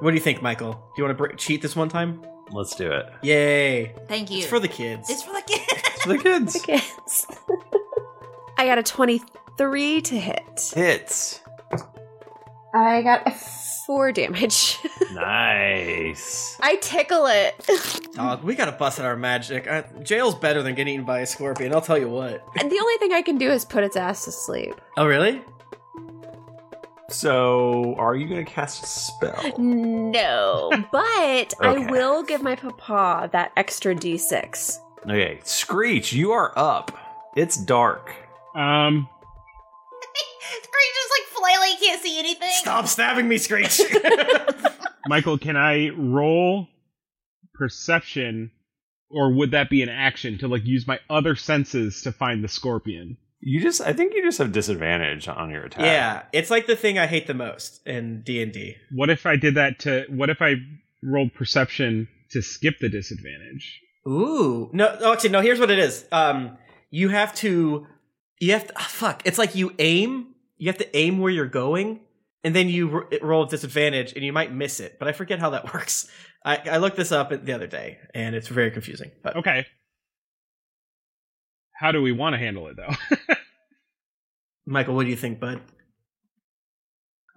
What do you think, Michael? Do you want to br- cheat this one time?
Let's do it.
Yay!
Thank you.
It's for the kids.
It's for the kids.
For the kids.
Kids. I got a twenty-three to hit.
Hits.
I got a four damage.
Nice.
I tickle it.
Dog, we gotta bust out our magic. Uh, jail's better than getting eaten by a scorpion. I'll tell you what.
And the only thing I can do is put its ass to sleep.
Oh really?
So, are you going to cast a spell?
No, but I
Okay.
will give my papa that extra d6.
Okay. Screech, you are up. It's dark.
Um.
just like flailing, can't see anything.
Stop stabbing me, Screech.
Michael, can I roll perception, or would that be an action to like use my other senses to find the scorpion?
You just, I think you just have disadvantage on your attack.
yeah, it's like the thing I hate the most in D and D.
What if I did that to? What if I rolled perception to skip the disadvantage?
Ooh. No, oh, actually, no. Here's what it is. Um, you have to, you have to. ah, fuck. It's like you aim. You have to aim where you're going, and then you r- roll with disadvantage, and you might miss it. But I forget how that works. I, I looked this up the other day, and it's very confusing. But
okay, how do we want to handle it though?
Michael, what do you think, bud?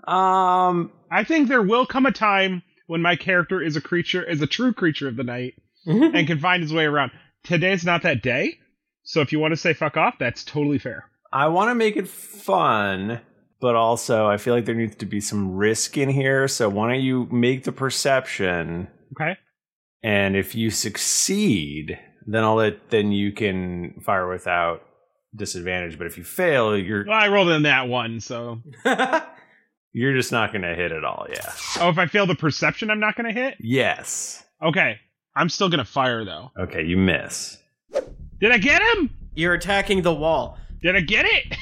Um, I think there will come a time when my character is a creature, is a true creature of the night, and can find his way around. Today's not that day, so if you want to say fuck off, that's totally fair.
I want to make it fun, but also I feel like there needs to be some risk in here. So why don't you make the perception?
Okay.
And if you succeed, then I'll let then you can fire without disadvantage. But if you fail, you're
Well, I rolled in that one, so
you're just not going to hit at all. Yeah.
oh, if I fail the perception, I'm not gonna hit.
Yes.
Okay, I'm still gonna fire though.
Okay, you miss.
Did I get him?
You're attacking the wall.
Did I get it?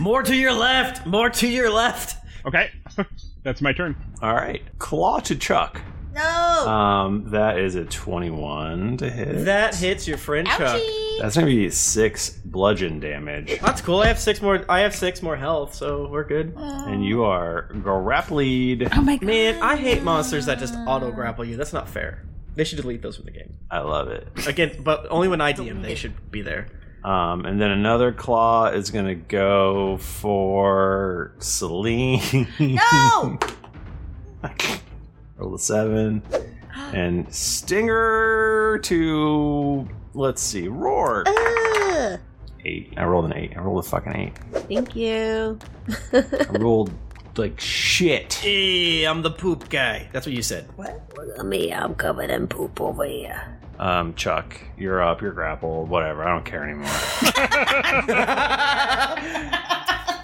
more to your left. More to your left.
Okay, that's my turn.
All right, claw to Chuck.
No.
Um, that is a twenty-one to hit.
That hits your friend Chuck.
That's gonna be six bludgeon damage,
That's cool. I have six more. I have six more health, so we're good.
and you are grappled.
Oh my god.
Man, I hate monsters that just auto grapple you. That's not fair. They should delete those from the game.
I love it.
Again, but only when I DM they should be there.
Um, and then another claw is gonna go for Celine.
No.
Roll a seven, and Stinger to let's see, Roar. Eight. I rolled an eight. I rolled a fucking eight.
Thank you.
I rolled like shit.
Hey, I'm the poop guy. That's what you said.
What? Look at me. I'm covered in poop over here.
Um, Chuck, you're up. You're grappled. Whatever. I don't care anymore.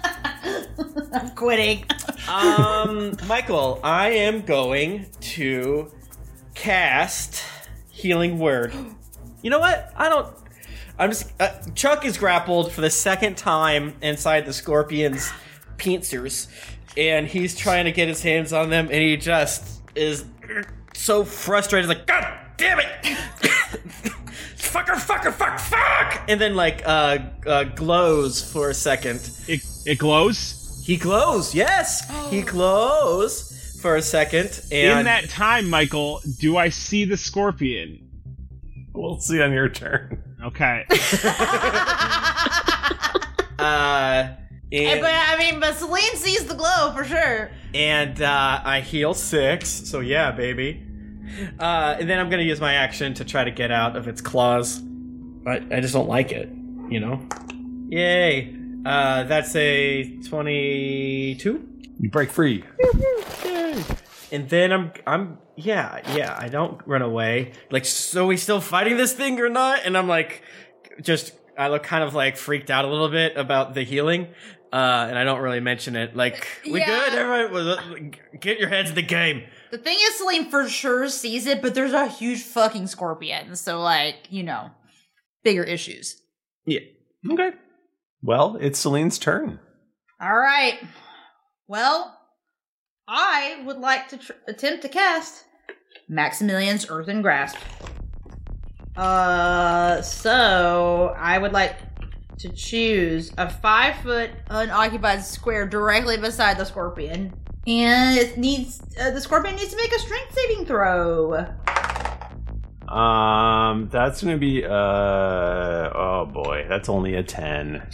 I'm quitting.
Um, Michael, I am going to cast Healing Word. You know what? I don't. I'm just. Uh, Chuck is grappled for the second time inside the scorpion's pincers, and he's trying to get his hands on them, and he just is so frustrated. He's like, God damn it! fucker, fucker, fuck, fuck! And then, like, uh, uh, glows for a second.
It, it glows?
He glows, yes! He glows for a second, and.
In that time, Michael, do I see the scorpion?
We'll see on your turn.
Okay.
Uh,
Eh,
and,
but I mean, but Celine sees the glow for sure.
and uh, I heal six, so yeah, baby. Uh, and then I'm gonna use my action to try to get out of its claws. I, I just don't like it, you know? Yay! Uh, that's a 22?
You break free.
And then I'm, I'm, yeah, yeah, I don't run away. Like, so we still fighting this thing or not? And I'm like, just, I look kind of like freaked out a little bit about the healing. Uh, and I don't really mention it. Like, we
Yeah.
good? Everyone, was- get your heads in the game.
The thing is, Celine for sure sees it, but there's a huge fucking scorpion, so like you know, bigger issues.
Yeah.
Okay. Well, it's Celine's turn.
All right. Well, I would like to tr- attempt to cast Maximilian's Earthen Grasp. Uh, so I would like to choose a five foot unoccupied square directly beside the scorpion, and it needs uh, the scorpion needs to make a strength saving throw.
Um, that's gonna be uh oh boy, that's only a ten.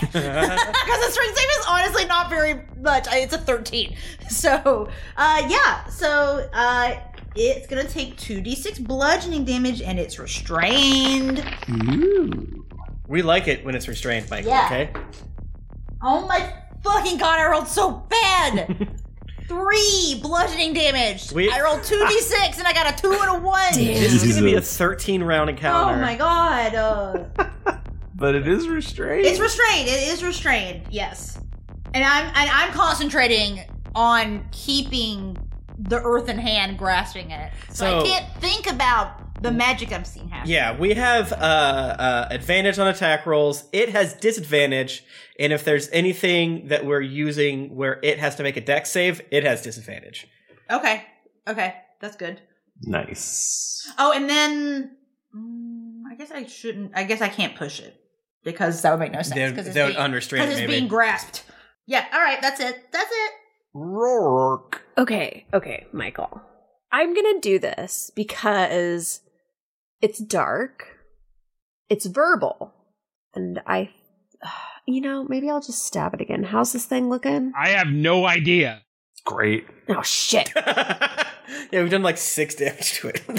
Because the strength save is honestly not very much. I- It's a 13. So, uh, yeah. So, uh, it's gonna take 2d6 bludgeoning damage and it's restrained.
We like it when it's restrained, Michael,
Yeah.
okay?
Oh my fucking god, I rolled so bad! Three bludgeoning damage.
We-
I rolled 2d6 and I got a 2 and a 1.
This is gonna be a 13 round
Oh
encounter.
my god. Uh,
But it is restrained.
it's restrained. It is restrained. Yes. And I'm and I'm concentrating on keeping the earth in hand, grasping it. so I
So-
can't think about the magic I'm seeing happen.
Yeah, we have uh, uh, advantage on attack rolls. It has disadvantage, and if there's anything that we're using where it has to make a deck save, it has disadvantage.
Okay. Okay. That's good.
Nice.
Oh, and then mm, I guess I shouldn't. I guess I can't push it because that would make no sense.
They're-
because it's
they're
being,
unrestrained,
Because it's
maybe.
being grasped. Yeah. All right. That's it. That's it.
Rourke.
Okay, okay, Michael. I'm gonna do this because it's dark, it's verbal, and I, you know, maybe I'll just stab it again. How's this thing looking?
I have no idea.
Great.
Oh shit.
Yeah, we've done like six damage to it.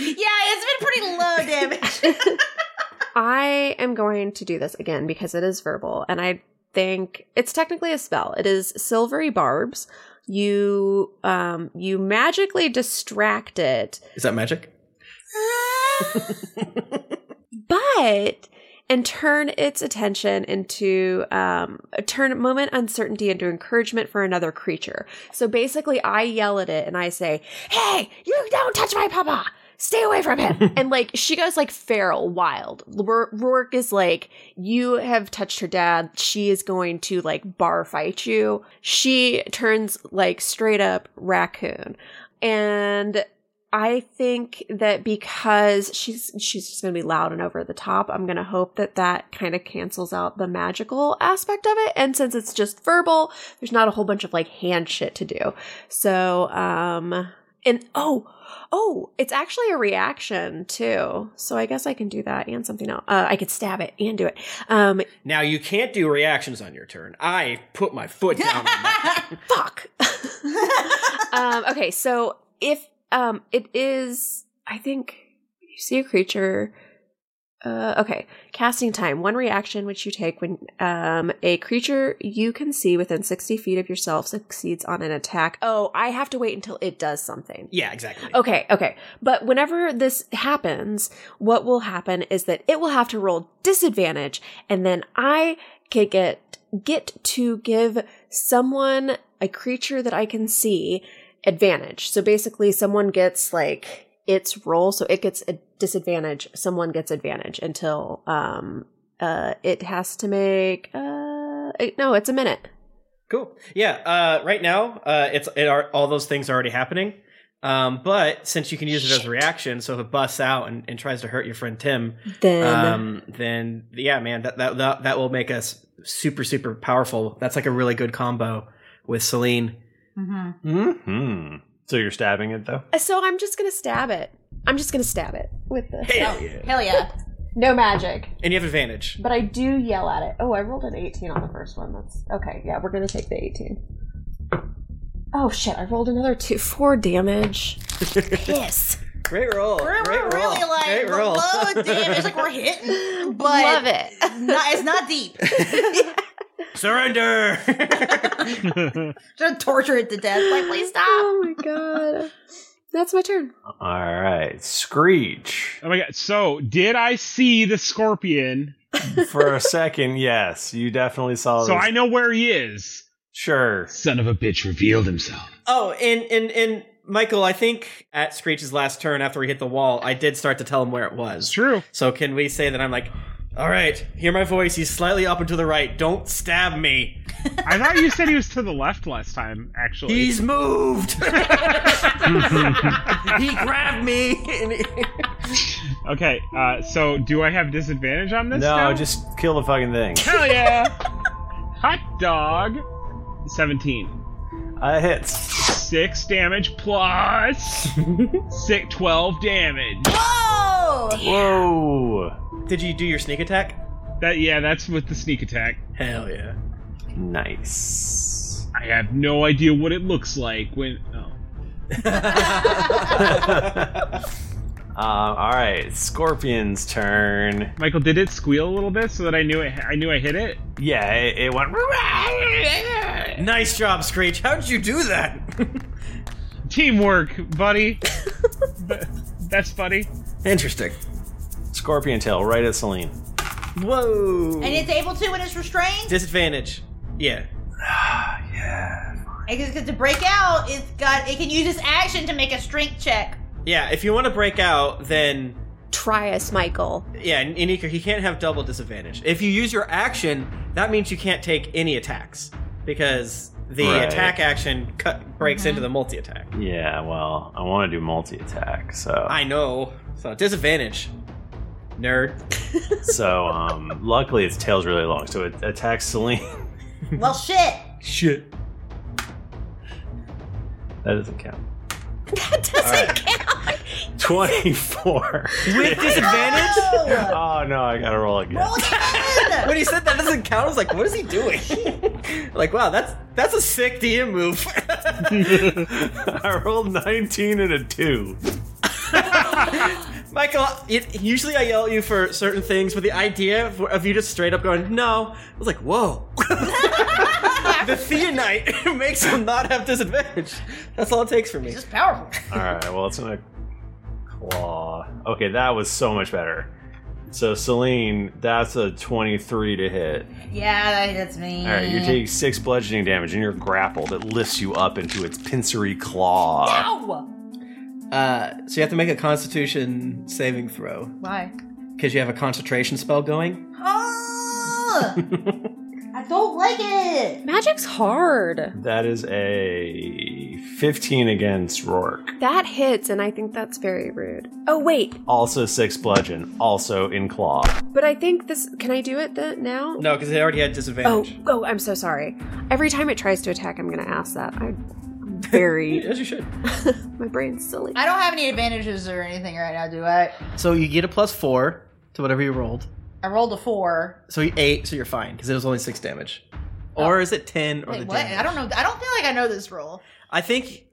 Yeah, it's been pretty low damage.
I am going to do this again because it is verbal, and I think it's technically a spell. It is silvery barbs. You um you magically distract it,
Is that magic?
but and turn its attention into um turn moment uncertainty into encouragement for another creature. So basically, I yell at it and I say, "Hey, you don't touch my papa." Stay away from him. and like she goes like feral wild. Rour- Rourke is like, you have touched her dad. She is going to like bar fight you. She turns like straight up raccoon. And I think that because she's she's just going to be loud and over the top, I'm going to hope that that kind of cancels out the magical aspect of it. And since it's just verbal, there's not a whole bunch of like hand shit to do. So, um and oh, oh, it's actually a reaction too. So I guess I can do that and something else. Uh, I could stab it and do it. Um
Now you can't do reactions on your turn. I put my foot down. on that.
um, okay, so if um, it is, I think you see a creature. Uh, okay, casting time. One reaction which you take when um, a creature you can see within 60 feet of yourself succeeds on an attack. Oh, I have to wait until it does something.
Yeah, exactly.
Okay, okay. But whenever this happens, what will happen is that it will have to roll disadvantage, and then I can get get to give someone a creature that I can see advantage. So basically, someone gets like its roll, so it gets a disadvantage. Someone gets advantage until um uh it has to make uh it- no, it's a minute.
Cool. Yeah. Uh, right now, uh, it's it are all those things are already happening. Um, but since you can use it as a reaction, so if it busts out and, and tries to hurt your friend Tim,
Then-
uh,
um, then yeah, man, that, that that that will make us super super powerful. That's like a really good combo with Celine.
Mm-hmm.
Hmm. So you're stabbing it though?
So I'm just gonna stab it. I'm just gonna stab it with the
Hell yeah.
Hell yeah. no magic.
And you have advantage.
But I do yell at it. Oh, I rolled an 18 on the first one. That's okay. Yeah, we're gonna take the 18. Oh shit! I rolled another two, four damage. Piss.
Great roll.
We're, we're really like
Great
we're
roll.
low damage. Like we're hitting, but
Love it.
Not, it's not deep.
Surrender.
Trying to torture it to death. Like please stop. Oh
my god. That's my turn.
All right, Screech.
Oh my god! So did I see the scorpion?
For a second, yes, you definitely saw.
So
this-
I know where he is.
Sure.
Oh. Son of a bitch revealed himself.
Oh, and and and Michael, I think at Screech's last turn after we hit the wall, I did start to tell him where it was.
True.
So can we say that I'm like, all right, hear my voice. He's slightly up and to the right. Don't stab me.
I thought you said he was to the left last time. Actually,
He's moved. he grabbed me.
okay, uh, so do I have disadvantage on this?
No,
now?
just kill the fucking thing.
hell yeah! Hot dog, seventeen.
I hit
six damage plus six, 12 damage.
Whoa!
Whoa!
Did you do your sneak attack?
That yeah, that's with the sneak attack.
Hell yeah!
Nice.
I have no idea what it looks like when. Oh.
Um, all right, Scorpion's turn.
Michael, did it squeal a little bit so that I knew it, I knew I hit it?
Yeah, it, it went.
Nice job, Screech. How did you do that?
Teamwork, buddy. Th- that's funny.
Interesting.
Scorpion tail right at Celine.
Whoa!
And it's able to when it's restrained.
Disadvantage. Yeah.
Because to break out, it's got it can use its action to make a strength check.
Yeah. If you want to break out, then
Try us, Michael.
yeah, and Inika, he can't have double disadvantage. If you use your action, that means you can't take any attacks because the
Right.
attack action cut, breaks
Mm-hmm.
into the multi attack.
Yeah, well, I want to do multi attack, so
I know. So disadvantage. Nerd.
so um, luckily its tail's really long, so it attacks Celine.
Well, shit.
Shit.
That doesn't count.
That doesn't count.
24.
With disadvantage?
oh, no, I gotta roll again.
when he said that doesn't count, I was like, what is he doing? like, wow, that's that's a sick DM move.
I rolled 19 and a 2.
Michael, it, usually I yell at you for certain things, but the idea of, of you just straight up going, no, I was like, whoa. the Theonite makes him not have disadvantage. That's all it takes for me. It's
just powerful.
Alright, well, it's gonna claw. Okay, that was so much better. So, Celine, that's a 23 to hit.
Yeah, that, that's me.
All right, you take six bludgeoning damage, and you're grappled. It lifts you up into its pincery claw.
Ow!
Uh, so you have to make a Constitution saving throw
Why?
because you have a concentration spell going.
Ugh! Ah! I don't like it.
Magic's hard.
That is a 15 against Rourke.
That hits, and I think that's very rude. Oh wait,
Also six bludgeon, also in claw.
but I think this. Can I do it th- now?
No, because they already had
Oh,
disadvantage.
oh, I'm so sorry. Every time it tries to attack, I'm going to ask that. I'm very.
As you should.
My brain's silly.
I don't have any advantages or anything right now, do I?
So you get a plus four to whatever you rolled.
I rolled a four.
So you eight, so you're fine because it was only six damage. Or is it ten? Or
Wait,
the
what?
damage?
I don't know. I don't feel like I know this roll.
I think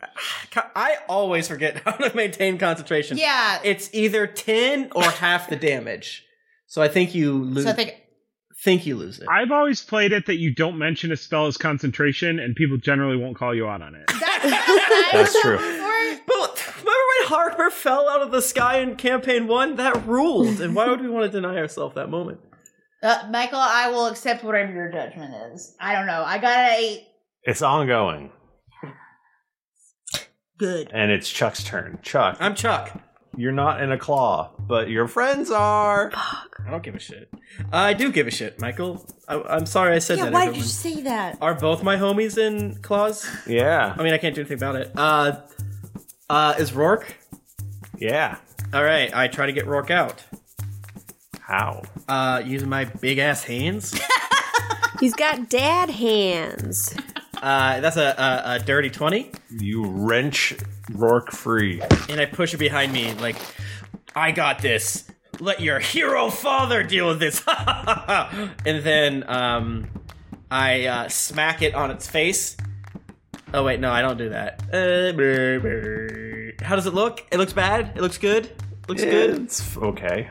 I always forget how to maintain concentration.
Yeah.
it's either ten or half the damage. So I think you lose.
So I think
think you lose it.
I've always played it that you don't mention a spell as concentration, and people generally won't call you out on it.
That's true.
But remember when Harper fell out of the sky in campaign one? That ruled, and why would we want to deny ourselves that moment?
Uh, Michael, I will accept whatever your judgment is. I don't know. I got an eight.
It's ongoing.
Good.
And it's Chuck's turn. Chuck.
I'm Chuck.
You're not in a claw, but your friends are.
I don't give a shit. I do give a shit, Michael. I, I'm sorry I said
Yeah,
that.
why did
everyone.
you say that?
Are both my homies in claws?
Yeah.
I mean, I can't do anything about it. Uh, uh, is Rourke?
Yeah.
All right, I try to get Rourke out.
How?
Uh, using my big ass hands.
He's got dad hands.
Uh, that's a, a, a dirty twenty,
You wrench Rourke free.
and I push it behind me like, I got this. Let your hero father deal with this. and then um, I uh, smack it on its face. Oh wait, no, I don't do that. Uh, brr, brr. How does it look? It looks bad. It looks good. Looks good.
It's okay.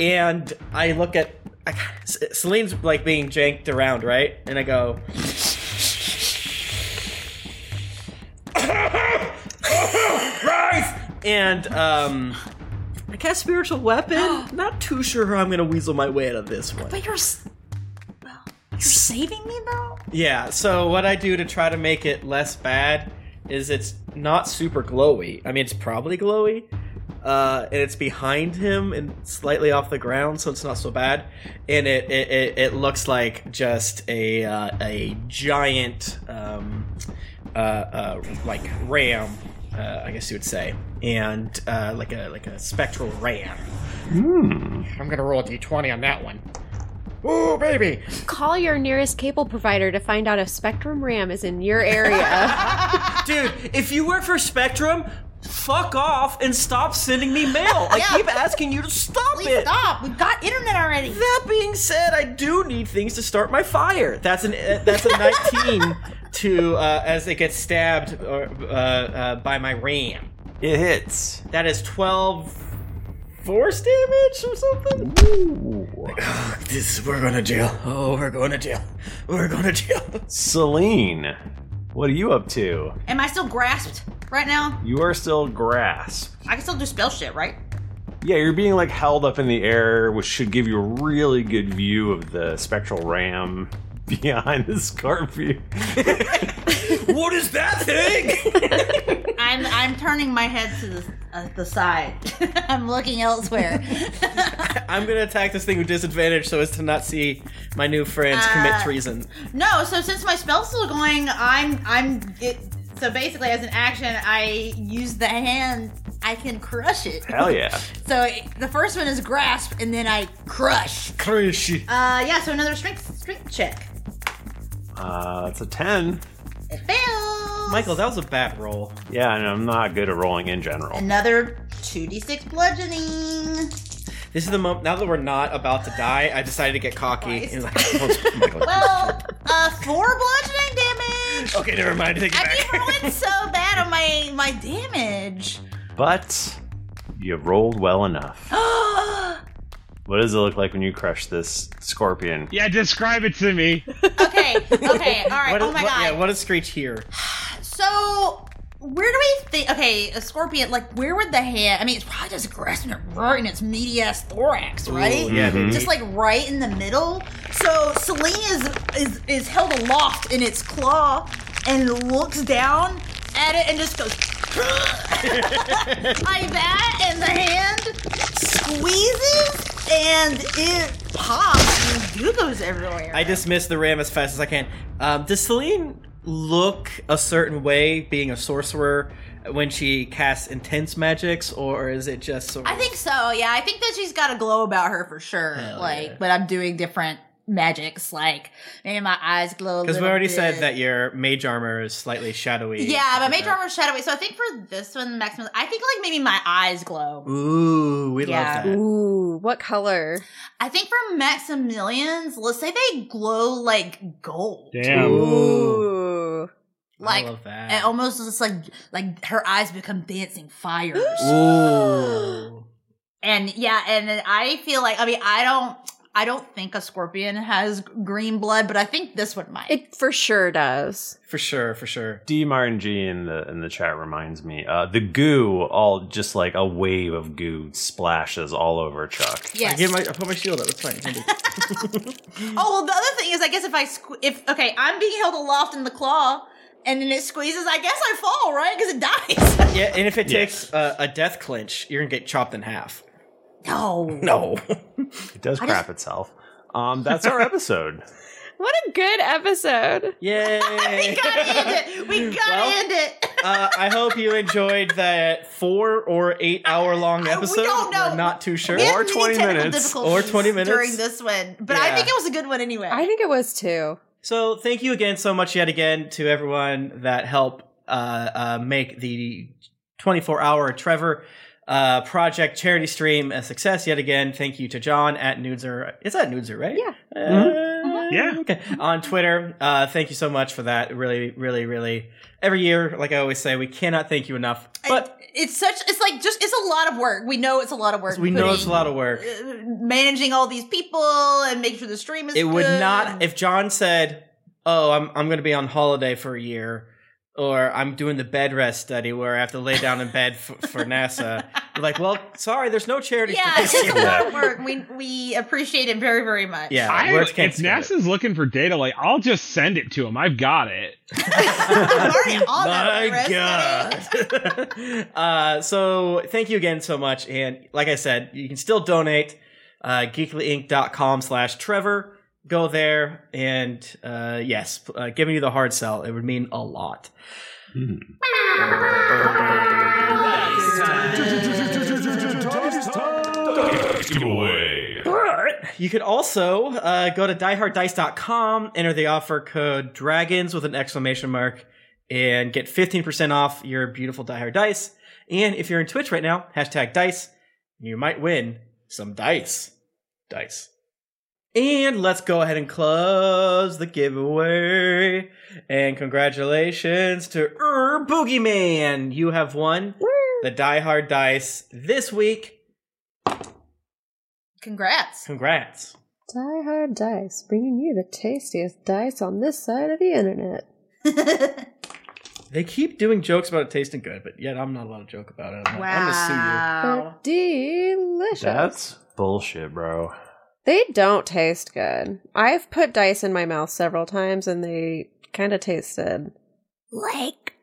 and I look at I, Celine's like being janked around, right? And I go, rise! And um, I cast spiritual weapon. Not too sure how I'm gonna weasel my way out of this one.
But you're. s- Well, you're saving me, though?
Yeah, so what I do to try to make it less bad is it's not super glowy. I mean, it's probably glowy, uh, and it's behind him and slightly off the ground, so it's not so bad. And it it, it, it looks like just a uh, a giant um, uh, uh, like ram, uh, I guess you would say, and uh, like a like a spectral ram. I'm gonna roll a d20 on that one. Ooh, baby!
Call your nearest cable provider to find out if Spectrum RAM is in your area.
Dude, if you work for Spectrum, fuck off and stop sending me mail. I
Yeah.
keep asking you to stop
Please
it.
stop. We've got internet already.
That being said, I do need things to start my fire. That's an uh, that's a 19 to uh, as it gets stabbed or, uh, uh, by my ram.
It hits.
That is 12 force damage or something. This we're going to jail. Oh, we're going to jail. We're going to jail.
Celine, what are you up to?
Am I still grasped right now?
You are still grasped.
I can still do spell shit, right?
Yeah, you're being like held up in the air, which should give you a really good view of the spectral ram behind the Scorpion.
what is that thing?
I'm I'm turning my head to the, uh, the side. I'm looking elsewhere.
I'm going to attack this thing with disadvantage so as to not see my new friends commit
Uh,
treason.
No, so since my spell's still going, I'm I'm it, so basically as an action, I use the hand. I can crush it.
Hell yeah.
So it- the first one is grasp, and then I crush.
Crazy.
Uh, yeah. So another strength strength check.
Uh, it's a 10.
It fails.
Michael, that was a bad roll.
Yeah, and I'm not good at rolling in general.
Another 2d6 bludgeoning.
This is the moment. Now that we're not about to die, I decided to get cocky. And like,
Well, uh, four bludgeoning damage.
okay, never mind. Take it
I
back.
keep rolling so bad on my my damage.
But you rolled well enough. What does it look like when you crush this scorpion?
Yeah, describe it to me.
okay, all right.
What
oh
is-
my
what-
god.
Yeah, what does Screech hear?
So where do we think? Okay, a scorpion. Like, where would the head? I mean, it's probably just grasping it right in its meaty ass thorax,
Ooh,
right?
yeah, dude.
Just like right in the middle. So Celine is is is held aloft in its claw and looks down at it and just goes. like that, and the hand squeezes, and it pops, and goo goes everywhere.
I dismiss the ram as fast as I can. Um, does Celine look a certain way, being a sorcerer, when she casts intense magics, or is it just sort of
I think so. Yeah, I think that she's got a glow about her for sure. like, but I'm doing different magics. Like, maybe my eyes glow.
Because we already said that your mage armor is slightly shadowy.
Yeah, but Mage Armor Shadowy. So I think for this one, Maximus, I think like maybe my eyes glow.
Ooh, we love that.
Ooh, what color? I think for Maximilian's, let's say they glow like gold.
Damn.
Ooh. Like
love that.
oh
and almost just like like her eyes become dancing fires.
Ooh.
And yeah, and then I feel like I mean I don't I don't think a scorpion has green blood, but I think this one might. It
for sure does.
For sure, for sure.
D Martin G in the in the chat reminds me. Uh, the goo, all just like a wave of goo splashes all over Chuck.
Yes.
I, give my, I put my shield up. It's fine. It's fine.
Oh, well, the other thing is, I guess if I sque- if okay, I'm being held aloft in the claw, and then it squeezes. I guess I fall right because it dies.
yeah, and if it takes uh, a death clinch, you're gonna get chopped in half.
No.
No.
It does crap itself. Um, that's our episode.
What a good episode.
Yay. we
gotta end it. We gotta end it.
uh, I hope you enjoyed that four or eight hour long episode. We don't know. We're not too sure.
We had many technical difficulties
Or 20 minutes.
during this one, but I
Yeah.
think it was a good one anyway.
I think it was too.
So thank you again so much yet again to everyone that helped uh, uh, make the 24 hour Trevor uh, project charity stream a success yet again. Thank you to John at Nudzer. It's at Nudzer, right? Yeah. Yeah. Okay. On Twitter. Uh, thank you so much for that. Really, really, really. Every year, like I always say, we cannot thank you enough. But
It's such. It's like just. It's a lot of work. We know it's a lot of work.
we know it's a
putting-
lot of work.
uh, managing all these people and making sure the stream is.
it would
good.
not if John said, "Oh, I'm I'm going to be on holiday for a year." Or I'm doing the bed rest study where I have to lay down in bed for, for NASA. You're like, well, sorry, there's no charity.
Yeah,
for
it's
this
just a
year."
lot of work. We we appreciate it very very much.
I,
words
if
can't spell it.
NASA's looking for data, like I'll just send it to him. I've got it.
My God. uh, so thank you again so much. And like I said, you can still donate uh, geeklyinc.com slash Trevor. Go there. And uh, yes, uh, giving you the hard sell, it would mean a lot. You could also uh, go to dieharddice.com, enter the offer code dragons with an exclamation mark, and get 15% off your beautiful Die Hard Dice. And if you're in Twitch right now, hashtag dice, you might win some dice. Dice. And let's go ahead and close the giveaway. And congratulations to Er Boogeyman. You have won the Die Hard Dice this week.
Congrats.
Congrats.
Die Hard Dice, bringing you the tastiest dice on this side of the internet.
They keep doing jokes about it tasting good, but yet I'm not allowed to joke about it. I'm, like, I'm gonna
Delicious.
That's bullshit, bro.
They don't taste good. I've put dice in my mouth several times and they kind of tasted
like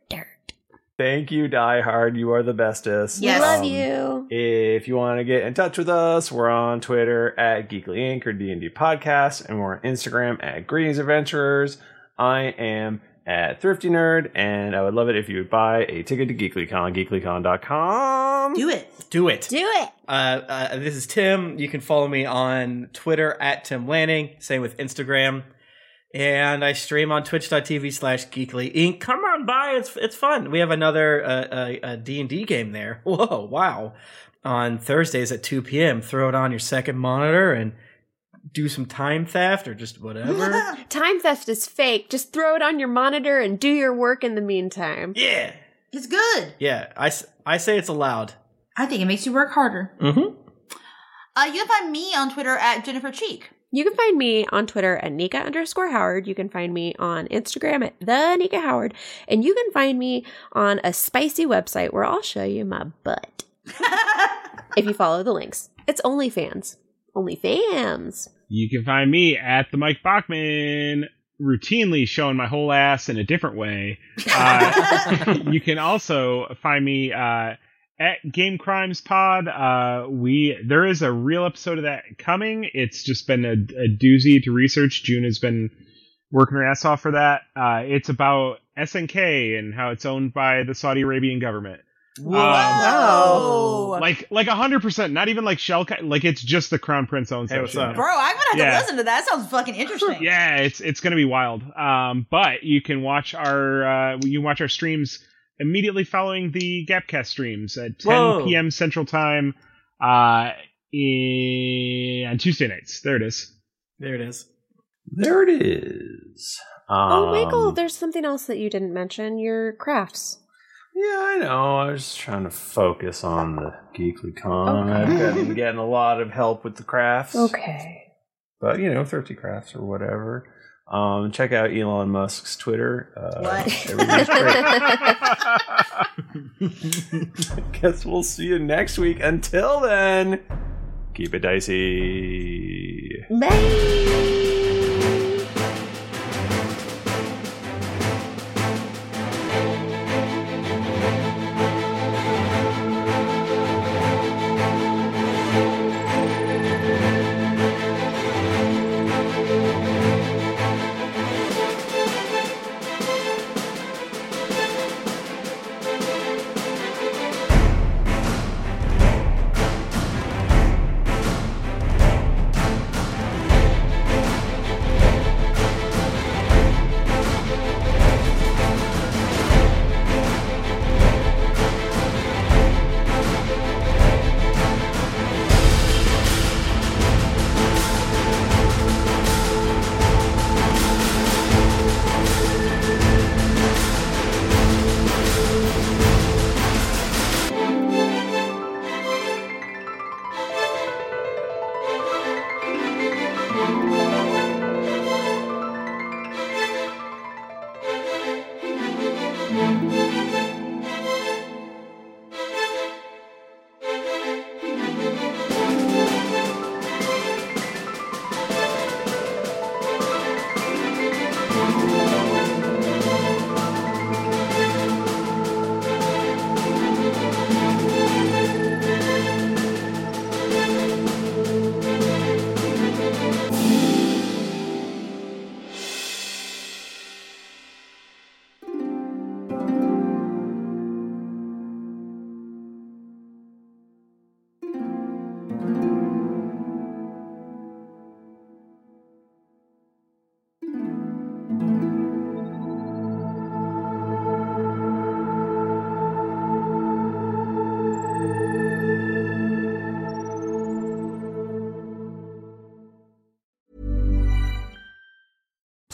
Thank you, Die Hard. You are the bestest.
Yes. Love
Um,
you.
If you want to get in touch with us, we're on Twitter at Geekly Inc. or D&D Podcast, and we're on Instagram at Greetings Adventurers. I am at Thrifty Nerd, and I would love it if you would buy a ticket to GeeklyCon, geeklycon.com.
Do it.
Do it.
Do it.
Uh, uh, this is Tim. You can follow me on Twitter at Tim Lanning. Same with Instagram. and I stream on twitch.tv slash geekly inc. Come on by, it's it's fun. We have another uh, uh, D&D game there. Whoa, wow. On Thursdays at 2 p.m., throw it on your second monitor and do some time theft or just whatever.
Time theft is fake. Just throw it on your monitor and do your work in the meantime.
Yeah.
It's good.
yeah, I, s- I say it's allowed.
I think it makes you work harder.
Mm-hmm.
Uh, you can find me on Twitter at Jennifer Cheek.
You can find me on Twitter at Nika underscore Howard. You can find me on Instagram at the Nika Howard. And you can find me on a spicy website where I'll show you my butt. if you follow the links. It's OnlyFans. OnlyFans.
You can find me at the Mike Bachman, routinely showing my whole ass in a different way. Uh, you can also find me uh, at Game Crimes Pod. Uh, we there is a real episode of that coming. It's just been a, a doozy to research. June has been working her ass off for that. Uh, it's about SNK and how it's owned by the Saudi Arabian government.
Whoa.
Oh.
wow! Like like hundred percent, not even like shell. Ki- like it's just the crown prince owns
Hey,
that
what's
shit
up?
now.
Bro, I'm gonna have
Yeah.
to listen to that. That sounds fucking interesting.
Yeah, it's it's gonna be wild. Um, but you can watch our uh, you can watch our streams immediately following the Gapcast streams at 10
Whoa.
p.m. Central Time uh, i- on Tuesday nights. There it is.
There it is.
There it is.
oh, Michael,
Um,
there's something else that you didn't mention your crafts.
Yeah, I know. I was just trying to focus on the Geekly Con. I've
Okay.
been getting a lot of help with the crafts.
Okay.
But, you know, thrifty crafts or whatever. Um, check out Elon Musk's Twitter. Uh, everything's great. Guess we'll see you next week. Until then, keep it dicey.